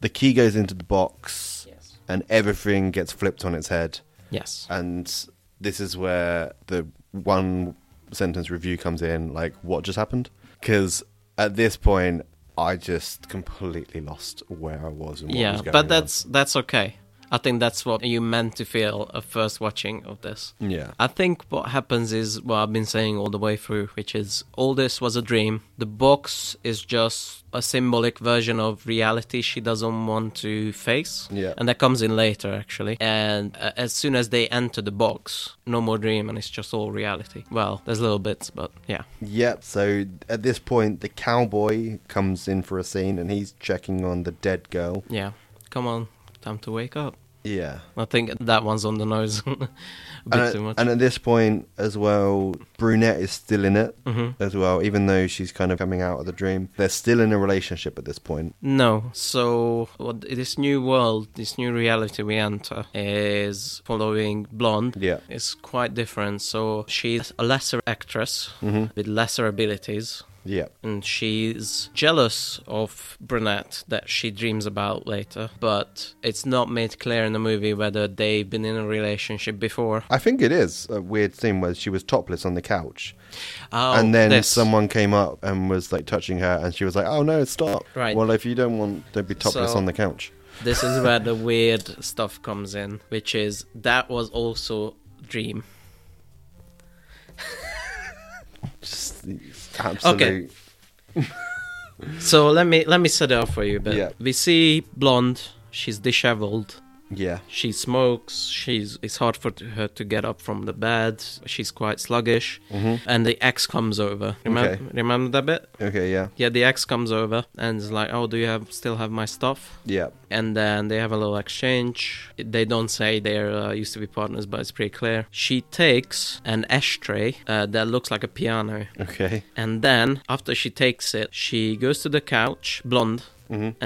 Speaker 4: the key goes into the box, and everything gets flipped on its head
Speaker 2: Yes.
Speaker 4: and this is where the one sentence review comes in, like what just happened? Because at this point, I just completely lost where I was and what
Speaker 2: yeah,
Speaker 4: was going
Speaker 2: but
Speaker 4: on.
Speaker 2: that's that's okay. I think that's what you meant to feel at first watching of this.
Speaker 4: Yeah.
Speaker 2: I think what happens is what I've been saying all the way through, which is all this was a dream. The box is just a symbolic version of reality she doesn't want to face.
Speaker 4: Yeah.
Speaker 2: And that comes in later, actually. And uh, as soon as they enter the box, no more dream and it's just all reality. Well, there's little bits, but yeah.
Speaker 4: Yep. So at this point, the cowboy comes in for a scene and he's checking on the dead girl.
Speaker 2: Yeah. Come on, time to wake up.
Speaker 4: Yeah.
Speaker 2: I think that one's on the nose a bit
Speaker 4: And
Speaker 2: too much.
Speaker 4: at, and at this point as well, Brunette is still in it
Speaker 2: Mm-hmm.
Speaker 4: as well, even though she's kind of coming out of the dream. They're still in a relationship at this point.
Speaker 2: No. So what this new world, this new reality we enter is following Blonde.
Speaker 4: Yeah.
Speaker 2: It's quite different. So she's a lesser actress
Speaker 4: Mm-hmm.
Speaker 2: with lesser abilities.
Speaker 4: Yeah.
Speaker 2: And she's jealous of Brunette that she dreams about later, but it's not made clear in the movie whether they've been in a relationship before.
Speaker 4: I think it is a weird scene where she was topless on the couch,
Speaker 2: Oh,
Speaker 4: and then
Speaker 2: this.
Speaker 4: someone came up and was like touching her, and she was like, "Oh no, stop!"
Speaker 2: Right.
Speaker 4: Well, if you don't want, don't be topless
Speaker 2: So-
Speaker 4: on the couch.
Speaker 2: This is where the weird stuff comes in, which is that was also dream.
Speaker 4: Just absolute.
Speaker 2: So let me let me set it up for you a bit.
Speaker 4: Yeah.
Speaker 2: We see blonde. She's dishevelled.
Speaker 4: Yeah.
Speaker 2: She smokes. She's it's hard for t- her to get up from the bed. She's quite sluggish. And the ex comes over. Remember
Speaker 4: Mm-hmm. Okay.
Speaker 2: remember that bit?
Speaker 4: Okay. Yeah.
Speaker 2: Yeah, the ex comes over and is like, "Oh, do you have still have my stuff?"
Speaker 4: Yeah.
Speaker 2: and then they have a little exchange. They don't say they're uh, used to be partners, but it's pretty clear. She takes an ashtray uh, that looks like a piano,
Speaker 4: Okay.
Speaker 2: and then after she takes it, she goes to the couch, blonde,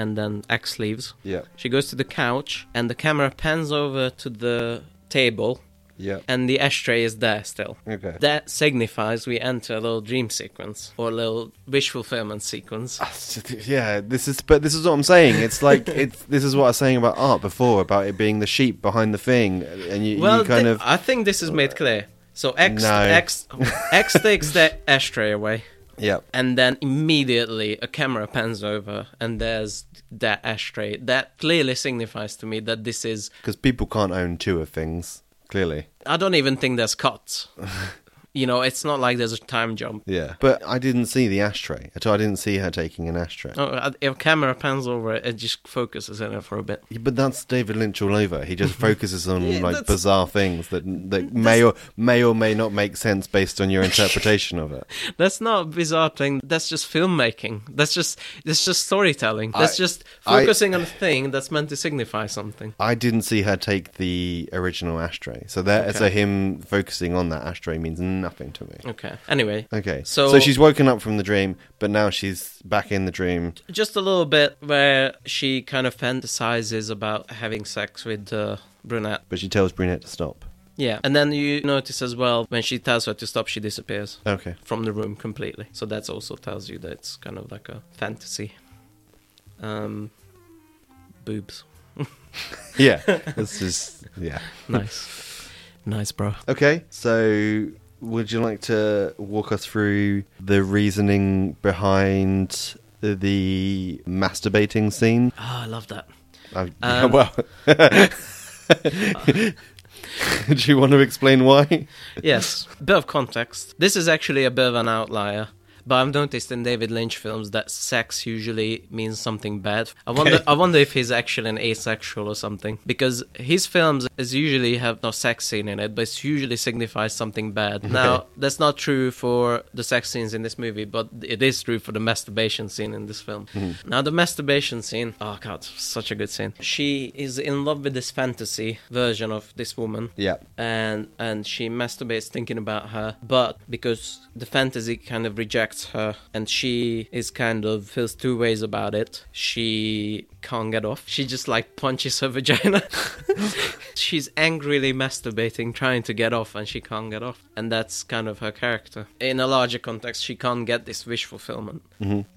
Speaker 2: and then X leaves.
Speaker 4: Mm-hmm. Yeah.
Speaker 2: She goes to the couch, and the camera pans over to the table.
Speaker 4: Yeah.
Speaker 2: And the ashtray is there still.
Speaker 4: Okay.
Speaker 2: That signifies we enter a little dream sequence or a little wish fulfillment
Speaker 4: Ah,
Speaker 2: sequence.
Speaker 4: Yeah, this is but this is what I'm saying. It's like it's this is what I was saying about art before about it being the sheep behind the thing, and you,
Speaker 2: Well,
Speaker 4: you kind
Speaker 2: thi-
Speaker 4: of
Speaker 2: I think this is made clear. So X
Speaker 4: No.
Speaker 2: X X takes that ashtray away,
Speaker 4: yeah
Speaker 2: and then immediately a camera pans over, and there's that ashtray. That clearly signifies to me that this is.
Speaker 4: because people can't own two of things clearly.
Speaker 2: I don't even think there's cuts. you know, it's not like there's a time jump.
Speaker 4: Yeah, but I didn't see the ashtray at all. I didn't see her taking an ashtray.
Speaker 2: No, uh, if a camera pans over it, it just focuses on it for a bit.
Speaker 4: Yeah, But that's David Lynch all over. He just focuses on
Speaker 2: Yeah,
Speaker 4: like
Speaker 2: that's-
Speaker 4: bizarre things that that may or may or may not make sense based on your interpretation of it.
Speaker 2: That's not a bizarre thing. That's just filmmaking. That's just that's just storytelling. That's
Speaker 4: I-
Speaker 2: just
Speaker 4: I-
Speaker 2: focusing on a thing that's meant to signify something.
Speaker 4: I didn't see her take the original ashtray, so that so him focusing on that ashtray means nothing to me.
Speaker 2: Okay. Anyway.
Speaker 4: Okay.
Speaker 2: Oh. So,
Speaker 4: So, she's woken up from the dream, but now she's back in the dream.
Speaker 2: just a little bit where she kind of fantasizes about having sex with uh, brunette.
Speaker 4: But she tells Brunette to stop.
Speaker 2: Yeah. And then you notice as well when she tells her to stop, she disappears
Speaker 4: Okay.
Speaker 2: from the room completely. So that also tells you that it's kind of like a fantasy. Um, boobs.
Speaker 4: Yeah. this is yeah.
Speaker 2: Nice. nice, bro.
Speaker 4: Okay. So would you like to walk us through the reasoning behind the masturbating scene?
Speaker 2: Ah, I love that.
Speaker 4: I,
Speaker 2: Um,
Speaker 4: well, do you want to explain why?
Speaker 2: Yes. Bit of context. This is actually a bit of an outlier. But I've noticed in David Lynch films that sex usually means something bad. I wonder I wonder if he's actually an asexual or something. Because his films is usually have no sex scene in it, but it usually signifies something bad. Now that's not true for the sex scenes in this movie, but it is true for the masturbation scene in this film. Now the masturbation scene oh god, such a good scene. She is in love with this fantasy version of this woman
Speaker 4: Yeah.
Speaker 2: and and she masturbates thinking about her but because the fantasy kind of rejects her and she is kind of feels two ways about it she can't get off she just like punches her vagina she's angrily masturbating trying to get off and she can't get off and that's kind of her character in a larger context
Speaker 4: Mm-hmm.
Speaker 2: she can't get this wish fulfillment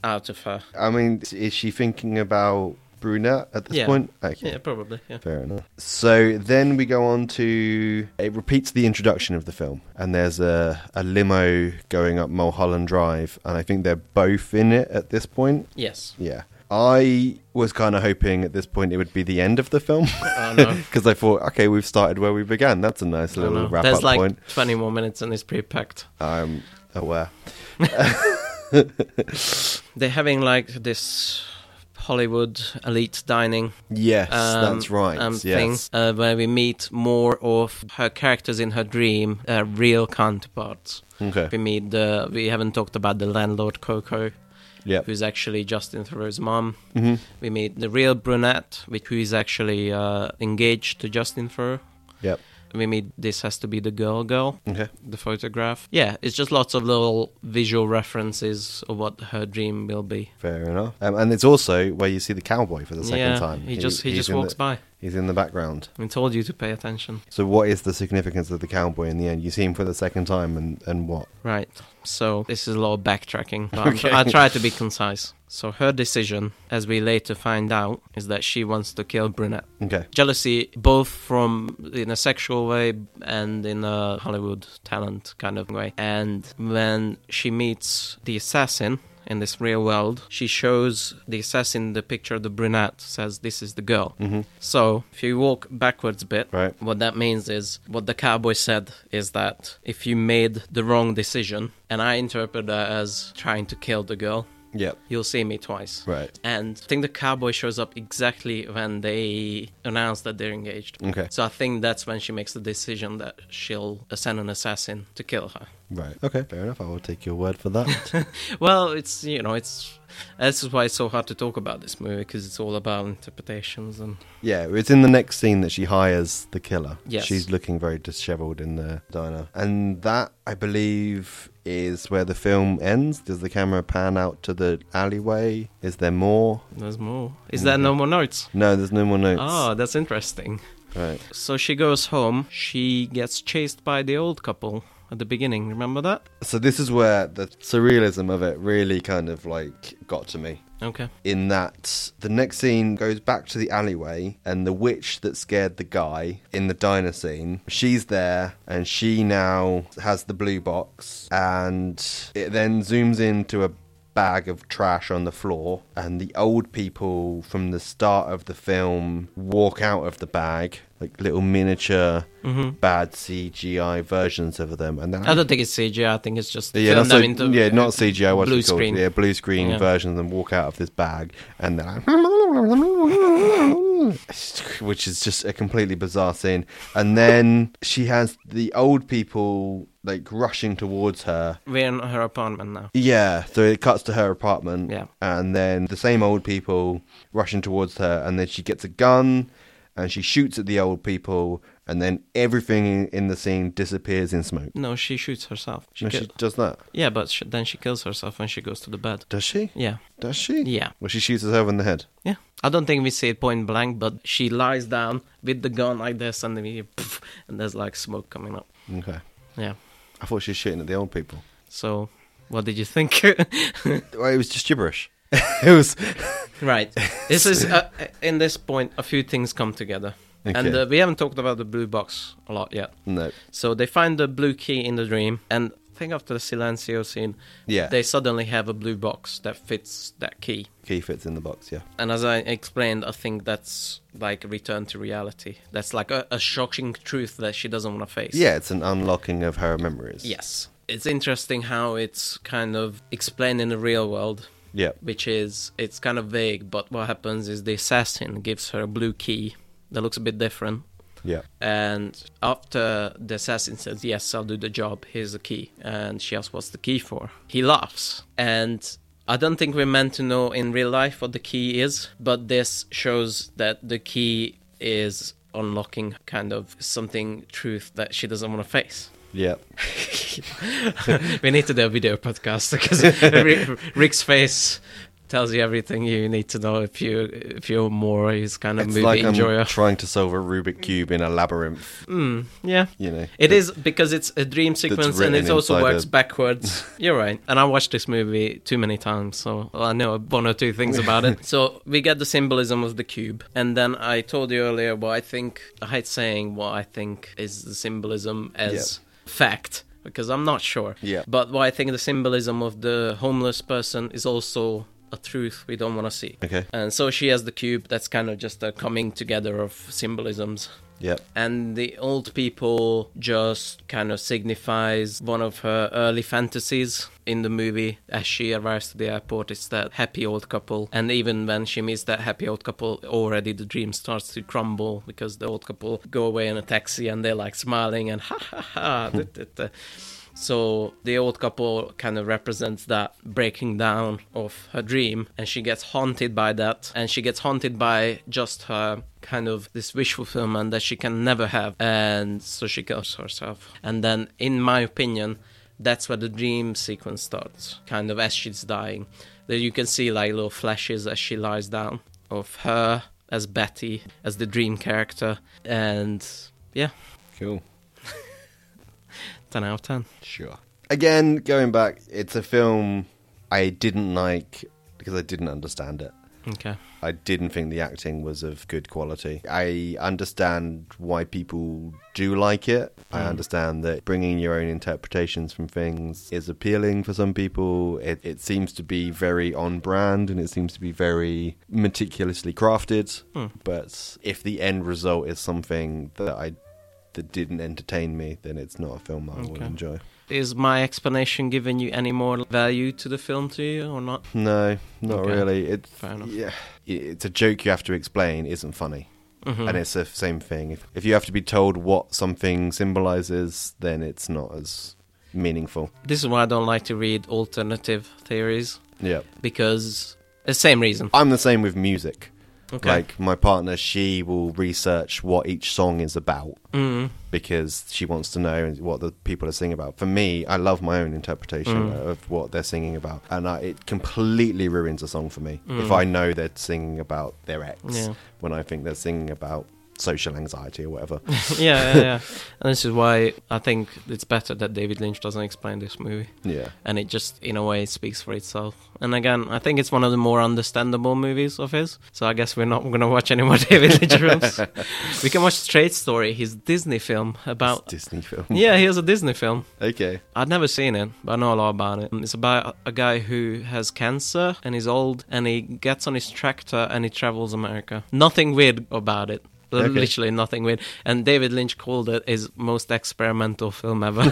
Speaker 2: out of her
Speaker 4: I mean, is she thinking about brunette at this
Speaker 2: Yeah.
Speaker 4: point? Okay.
Speaker 2: Yeah, probably. Yeah.
Speaker 4: Fair enough. So then we go on to it repeats the introduction of the film, and there's a, a limo going up Mulholland Drive, and I think they're both in it at this point.
Speaker 2: Yes.
Speaker 4: Yeah. I was kind of hoping at this point it would be the end of the film
Speaker 2: no.
Speaker 4: because I thought, okay, we've started where we began. That's a nice
Speaker 2: I
Speaker 4: little
Speaker 2: know.
Speaker 4: wrap
Speaker 2: There's
Speaker 4: up
Speaker 2: like
Speaker 4: point.
Speaker 2: 20 more minutes and it's pretty packed.
Speaker 4: I'm aware.
Speaker 2: They're having like this Hollywood elite dining.
Speaker 4: Yes,
Speaker 2: um,
Speaker 4: that's right.
Speaker 2: Um,
Speaker 4: yes.
Speaker 2: thing, uh, where we meet more of her characters in her dream, uh, real counterparts.
Speaker 4: Okay.
Speaker 2: We meet the. We haven't talked about the landlord Coco,
Speaker 4: Yep. Mm-hmm.
Speaker 2: who's actually Justin Thoreau's mom. We meet the real brunette, which who is actually uh, engaged to Justin Thoreau.
Speaker 4: Yep.
Speaker 2: We meet this has to be the girl girl.
Speaker 4: Okay.
Speaker 2: The photograph. Yeah, it's just lots of little visual references of what her dream will be.
Speaker 4: Fair enough. Um, and it's also where you see the cowboy for the second
Speaker 2: yeah,
Speaker 4: time.
Speaker 2: He, just he
Speaker 4: he's
Speaker 2: just
Speaker 4: in
Speaker 2: walks
Speaker 4: the-
Speaker 2: by.
Speaker 4: He's in the background.
Speaker 2: I told you to pay attention.
Speaker 4: So what is the significance of the cowboy in the end? You see him for the second time, and, and what?
Speaker 2: Right. So this is a lot of backtracking, but I'm- I'll try to be concise. So her decision, as we later find out, is that she wants to kill Brunette.
Speaker 4: Okay.
Speaker 2: Jealousy, both from in a sexual way and in a Hollywood talent kind of way. And when she meets the assassin in this real world, she shows the assassin the picture of the brunette, says, This is the girl. Mm-hmm. So if you walk backwards a bit,
Speaker 4: Right.
Speaker 2: what that means is what the cowboy said is that if you made the wrong decision, and I interpret that as trying to kill the girl,
Speaker 4: Yep.
Speaker 2: you'll see me twice.
Speaker 4: Right.
Speaker 2: And I think the cowboy shows up exactly when they announce that they're engaged.
Speaker 4: Okay.
Speaker 2: So I think that's when she makes the decision that she'll send an assassin to kill her.
Speaker 4: Right. Okay. Fair enough. I will take your word for that.
Speaker 2: Well, it's you know it's this is why it's so hard to talk about this movie because it's all about interpretations and
Speaker 4: yeah. It's in the next scene that she hires the killer.
Speaker 2: Yes.
Speaker 4: She's looking very disheveled in the diner, and that I believe is where the film ends. Does the camera pan out to the alleyway? Is there more?
Speaker 2: there's more. Is
Speaker 4: Mm-hmm.
Speaker 2: there no more notes?
Speaker 4: No. There's no more notes.
Speaker 2: Oh, that's interesting.
Speaker 4: Right.
Speaker 2: So she goes home. She gets chased by the old couple at the beginning. Remember that?
Speaker 4: So this is where the surrealism of it really kind of like got to me.
Speaker 2: Okay.
Speaker 4: in that the next scene goes back to the alleyway and the witch that scared the guy in the diner scene she's there and she now has the blue box and it then zooms into a bag of trash on the floor and the old people from the start of the film walk out of the bag like little miniature bad CGI versions of them and that
Speaker 2: I don't think it's CGI. I think it's just
Speaker 4: yeah,
Speaker 2: filmed
Speaker 4: that's
Speaker 2: them
Speaker 4: a-
Speaker 2: into uh,
Speaker 4: yeah, not CGI. What's
Speaker 2: blue
Speaker 4: it called?
Speaker 2: screen.
Speaker 4: Yeah, blue screen
Speaker 2: Yeah.
Speaker 4: version of them walk out of this bag, and they're like, which is just a completely bizarre scene. And then she has the old people like rushing towards her.
Speaker 2: We're in her apartment now.
Speaker 4: Yeah, so it cuts to her apartment.
Speaker 2: Yeah.
Speaker 4: and then the same old people rushing towards her, and then she gets a gun, and she shoots at the old people, and then everything in the scene disappears in smoke.
Speaker 2: No, she shoots herself. She
Speaker 4: No,
Speaker 2: kill-
Speaker 4: she does that.
Speaker 2: yeah, but sh then she kills herself when she goes to the bed.
Speaker 4: Does she?
Speaker 2: Yeah.
Speaker 4: Does she?
Speaker 2: Yeah.
Speaker 4: Well, she shoots herself in the head.
Speaker 2: Yeah. I don't think we see it point blank, but she lies down with the gun like this, and then we, poof, and there's like smoke coming up.
Speaker 4: Okay.
Speaker 2: Yeah.
Speaker 4: I thought she was shooting at the old people.
Speaker 2: So, what did you think?
Speaker 4: Well, it was just gibberish. it was.
Speaker 2: right. This is uh, in this point, a few things come together, and
Speaker 4: Okay.
Speaker 2: uh, we haven't talked about the blue box a lot yet.
Speaker 4: No.
Speaker 2: So they find the blue key in the dream, and I think after the Silencio scene,
Speaker 4: Yeah.
Speaker 2: they suddenly have a blue box that fits that key.
Speaker 4: Key fits in the box, yeah.
Speaker 2: And as I explained, I think that's like a return to reality. That's like a, a shocking truth that she doesn't want to face.
Speaker 4: Yeah, it's an unlocking of her memories.
Speaker 2: Yes. It's interesting how it's kind of explained in the real world.
Speaker 4: Yeah.
Speaker 2: Which is, it's kind of vague, but what happens is the assassin gives her a blue key that looks a bit different.
Speaker 4: Yeah.
Speaker 2: And after the assassin says, Yes, I'll do the job, here's the key. And she asks, What's the key for? He laughs. And I don't think we're meant to know in real life what the key is, but this shows that the key is unlocking kind of something truth that she doesn't want to face.
Speaker 4: Yeah.
Speaker 2: we need to do a video podcast because Rick, Rick's face tells you everything you need to know if you if you're more is kind of
Speaker 4: It's
Speaker 2: movie
Speaker 4: like um, I'm
Speaker 2: enjoyer.
Speaker 4: trying to solve a Rubik cube in a labyrinth.
Speaker 2: yeah.
Speaker 4: You know,
Speaker 2: It is because it's a dream sequence and
Speaker 4: written
Speaker 2: it also
Speaker 4: inside
Speaker 2: works
Speaker 4: a-
Speaker 2: backwards. You're right. And I watched this movie too many times, so I know one or two things about it. So we get the symbolism of the cube. And then I told you earlier what I think, I hate saying what I think is the symbolism as fact. Because I'm not sure.
Speaker 4: Yeah.
Speaker 2: But what I think the symbolism of the homeless person is also a truth we don't want to see.
Speaker 4: Okay.
Speaker 2: And so she has the cube. That's kind of just a coming together of symbolisms
Speaker 4: Yep.
Speaker 2: and the old people just kind of signifies one of her early fantasies in the movie as she arrives to the airport it's that happy old couple and even when she meets that happy old couple already the dream starts to crumble because the old couple go away in a taxi and they're like smiling and ha ha ha da, da, da. So the old couple kind of represents that breaking down of her dream, and she gets haunted by that, and she gets haunted by just her kind of this wish fulfillment that she can never have, and so she kills herself. And then, in my opinion, that's where the dream sequence starts, kind of as she's dying. That you can see like little flashes as she lies down of her as Betty, as the dream character, and yeah,
Speaker 4: Cool.
Speaker 2: 10 out of 10.
Speaker 4: Sure. Again, going back, it's a film I didn't like because I didn't understand it.
Speaker 2: Okay.
Speaker 4: I didn't think the acting was of good quality. I understand why people do like it. I understand that bringing your own interpretations from things is appealing for some people. It, it seems to be very on brand and it seems to be very meticulously crafted. But if the end result is something that I that didn't entertain me, then it's not a film I will
Speaker 2: Okay.
Speaker 4: enjoy.
Speaker 2: Is my explanation giving you any more value to the film to you or not?
Speaker 4: No, not
Speaker 2: Okay.
Speaker 4: really. It's
Speaker 2: Fair enough.
Speaker 4: Yeah, I- it's a joke you have to explain. Isn't funny,
Speaker 2: Mm-hmm.
Speaker 4: and it's the same thing. If, if you have to be told what something symbolizes, then it's not as meaningful.
Speaker 2: This is why I don't like to read alternative theories
Speaker 4: Yeah,
Speaker 2: because the same reason.
Speaker 4: I'm the same with music.
Speaker 2: Okay.
Speaker 4: Like my partner, she will research what each song is about
Speaker 2: Mm.
Speaker 4: because she wants to know what the people are singing about. For me, I love my own interpretation
Speaker 2: Mm.
Speaker 4: of what they're singing about, and I, it completely ruins a song for me if I know they're singing about their ex
Speaker 2: Mm. Yeah.
Speaker 4: when I think they're singing about social anxiety or whatever.
Speaker 2: yeah, yeah, yeah. and this is why I think it's better that David Lynch doesn't explain this movie.
Speaker 4: yeah,
Speaker 2: And it just, in a way, speaks for itself. And again, I think it's one of the more understandable movies of his. So I guess we're not going to watch any more David Lynch films. we can watch Straight Story, his Disney film about.
Speaker 4: Disney film.
Speaker 2: yeah, here's a Disney film.
Speaker 4: Okay.
Speaker 2: I'd never seen it, but I know a lot about it. It's about a guy who has cancer and he's old, and he gets on his tractor and he travels America. Nothing weird about it. Li-
Speaker 4: Okay.
Speaker 2: Literally nothing weird. And David Lynch called it his most experimental film ever.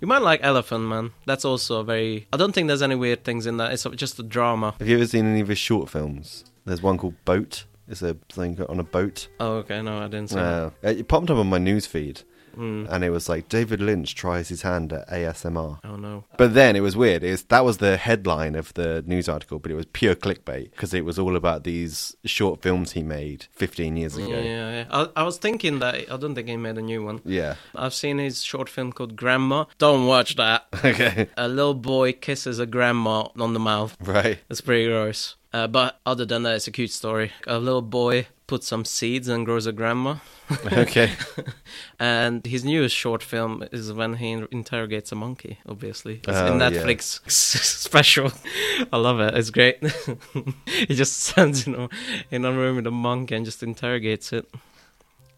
Speaker 2: you might like Elephant Man. That's also a very. I don't think there's any weird things in that. It's just a drama.
Speaker 4: Have you ever seen any of his short films? There's one called Boat. It's a thing on a boat.
Speaker 2: Oh, okay. No, I didn't see that.
Speaker 4: Uh, it popped up on my newsfeed,
Speaker 2: Hmm.
Speaker 4: and it was like David Lynch tries his hand at ASMR.
Speaker 2: Oh, no.
Speaker 4: But then it was weird. It was, that was the headline of the news article, but it was pure clickbait because it was all about these short films he made 15 years ago.
Speaker 2: Yeah, yeah, yeah. I, I was thinking that. I don't think he made a new one.
Speaker 4: Yeah.
Speaker 2: I've seen his short film called Grandma. Don't watch that.
Speaker 4: Okay.
Speaker 2: a little boy kisses a grandma on the mouth.
Speaker 4: Right.
Speaker 2: That's pretty gross. Uh, but other than that, it's a cute story. A little boy puts some seeds and grows a grandma.
Speaker 4: Okay.
Speaker 2: and his newest short film is when he interrogates a monkey, obviously. It's
Speaker 4: Oh,
Speaker 2: in
Speaker 4: yeah.
Speaker 2: Netflix special. I love it. It's great. he just stands in a, in a room with a monkey and just interrogates it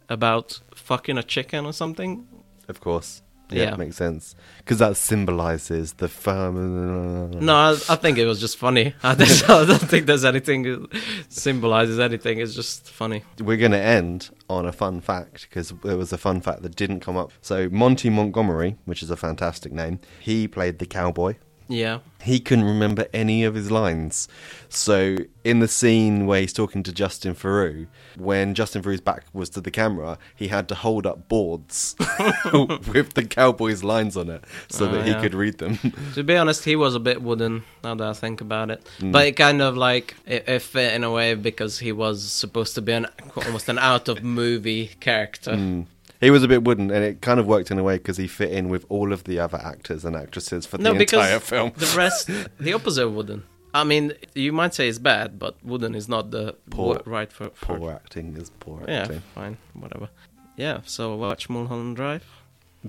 Speaker 2: about fucking a chicken or something.
Speaker 4: of course. Yeah,
Speaker 2: Yeah.
Speaker 4: makes sense. Because that symbolizes the firm.
Speaker 2: No, I, I think it was just funny. I don't, I don't think there's anything that symbolizes anything. It's just funny.
Speaker 4: We're going to end on a fun fact because there was a fun fact that didn't come up. So, Monty Montgomery, which is a fantastic name, he played the cowboy.
Speaker 2: Yeah.
Speaker 4: he couldn't remember any of his lines. So in the scene where he's talking to Justin Theroux, when Justin Theroux's back was to the camera, he had to hold up boards with the cowboy's lines on it so that
Speaker 2: Oh, yeah.
Speaker 4: he could read them.
Speaker 2: To be honest, he was a bit wooden. Now that I think about it,
Speaker 4: Mm.
Speaker 2: but it kind of like it, it fit in a way because he was supposed to be an almost an out of movie character.
Speaker 4: he was a bit wooden, and it kind of worked in a way because he fit in with all of the other actors and actresses for
Speaker 2: No,
Speaker 4: the
Speaker 2: because
Speaker 4: entire film.
Speaker 2: the rest, the opposite of wooden. I mean, you might say it's bad, but Wooden is not the
Speaker 4: Poor-
Speaker 2: wo- right for, for
Speaker 4: Poor acting is poor
Speaker 2: yeah,
Speaker 4: acting.
Speaker 2: fine, whatever. Yeah, so watch Mulholland Drive.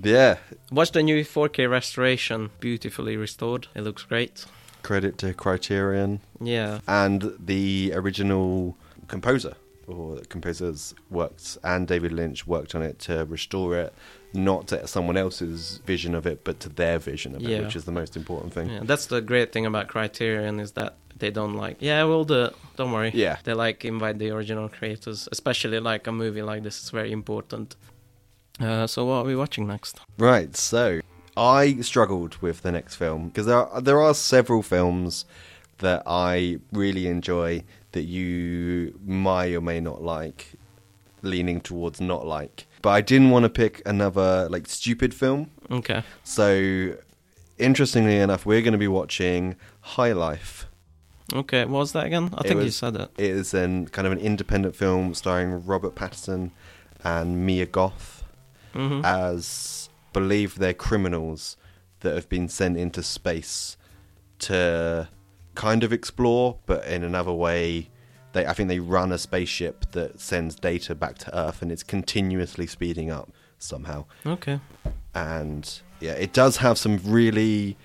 Speaker 4: Yeah.
Speaker 2: Watch the new 4K restoration, beautifully restored. It looks great.
Speaker 4: Credit to Criterion
Speaker 2: Yeah,
Speaker 4: and the original composer or composers worked and David Lynch worked on it to restore it not to someone else's vision of it but to their vision of
Speaker 2: Yeah.
Speaker 4: it which is the most important thing.
Speaker 2: yeah. That's the great thing about Criterion is that they don't like. Yeah, we'll do. It. Don't worry.
Speaker 4: Yeah.
Speaker 2: they like invite the original creators, especially like a movie like this is very important. Uh, so what are we watching next?
Speaker 4: Right, so I struggled with the next film because there are, there are several films that I really enjoy that you may or may not like, leaning towards not like. But I didn't want to pick another like stupid film.
Speaker 2: Okay.
Speaker 4: So interestingly enough, we're going to be watching High Life.
Speaker 2: Okay, what was that again? I
Speaker 4: It
Speaker 2: think you
Speaker 4: was-
Speaker 2: said it.
Speaker 4: It is an kind of an independent film starring Robert Pattinson and Mia Goth as believe they're criminals that have been sent into space to kind of explore, but in another way. They, I think they run a spaceship that sends data back to Earth, and it's continuously speeding up somehow
Speaker 2: Okay.
Speaker 4: and yeah, it does have some really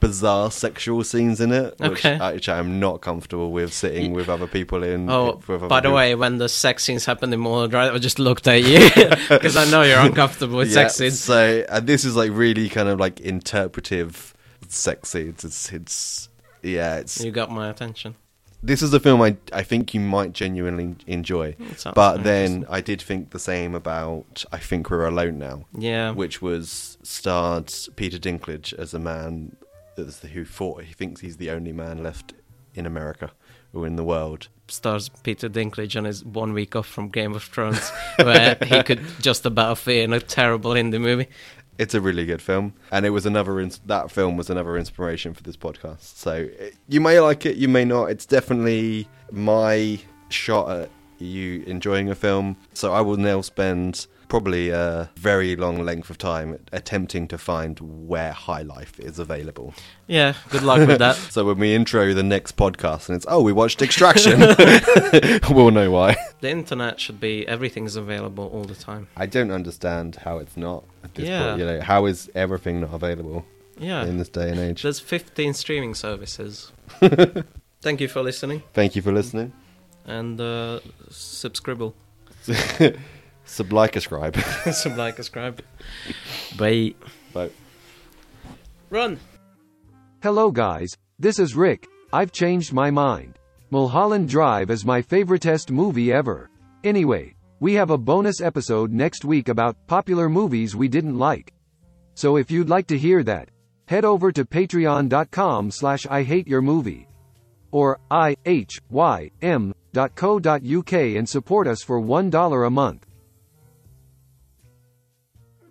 Speaker 4: bizarre sexual scenes in it, which,
Speaker 2: Okay.
Speaker 4: I, which I'm not comfortable with sitting with other people in.
Speaker 2: Oh,
Speaker 4: with other
Speaker 2: by the
Speaker 4: people.
Speaker 2: way, when the sex scenes happened in Mulholland Drive, I just looked at you because I know you're uncomfortable with
Speaker 4: Yeah,
Speaker 2: sex scenes.
Speaker 4: So and this is like really kind of like interpretive sex scenes. It's, it's yeah, it's
Speaker 2: You got my attention.
Speaker 4: this is a film I I think you might genuinely enjoy.
Speaker 2: sounds
Speaker 4: But then I did think the same about I think we're alone now.
Speaker 2: Yeah.
Speaker 4: which was starred Peter Dinklage as a man that's the- who thought he thinks he's the only man left in America or in the world.
Speaker 2: Stars Peter Dinklage on his one week off from Game of Thrones, where he could just about fit in a terrible indie movie.
Speaker 4: It's a really good film, and it was another ins- that film was another inspiration for this podcast. So it, you may like it, you may not. It's definitely my shot at you enjoying a film. So I will now spend probably a very long length of time attempting to find where High Life is available.
Speaker 2: Yeah, good luck with that.
Speaker 4: So when we intro the next podcast and it's oh we watched Extraction, we'll know why.
Speaker 2: The internet should be everything's available all the time.
Speaker 4: I don't understand how it's not. At this
Speaker 2: Yeah.
Speaker 4: point, you know how is everything not available in
Speaker 2: Yeah,
Speaker 4: this day and age?
Speaker 2: there's 15 streaming services. Thank you for listening
Speaker 4: Thank you for listening.
Speaker 2: and uh, subscribe.
Speaker 4: Sub like ascribe.
Speaker 2: Sub like, subscribe. Bye.
Speaker 4: Bye.
Speaker 2: Run.
Speaker 9: Hello guys, this is Rick. I've changed my mind. Mulholland Drive is my favoritest movie ever. Anyway, we have a bonus episode next week about popular movies we didn't like. So if you'd like to hear that, head over to patreon.com slash I hate your movie. Or I H Y M dot co dot UK and support us for $1 a month.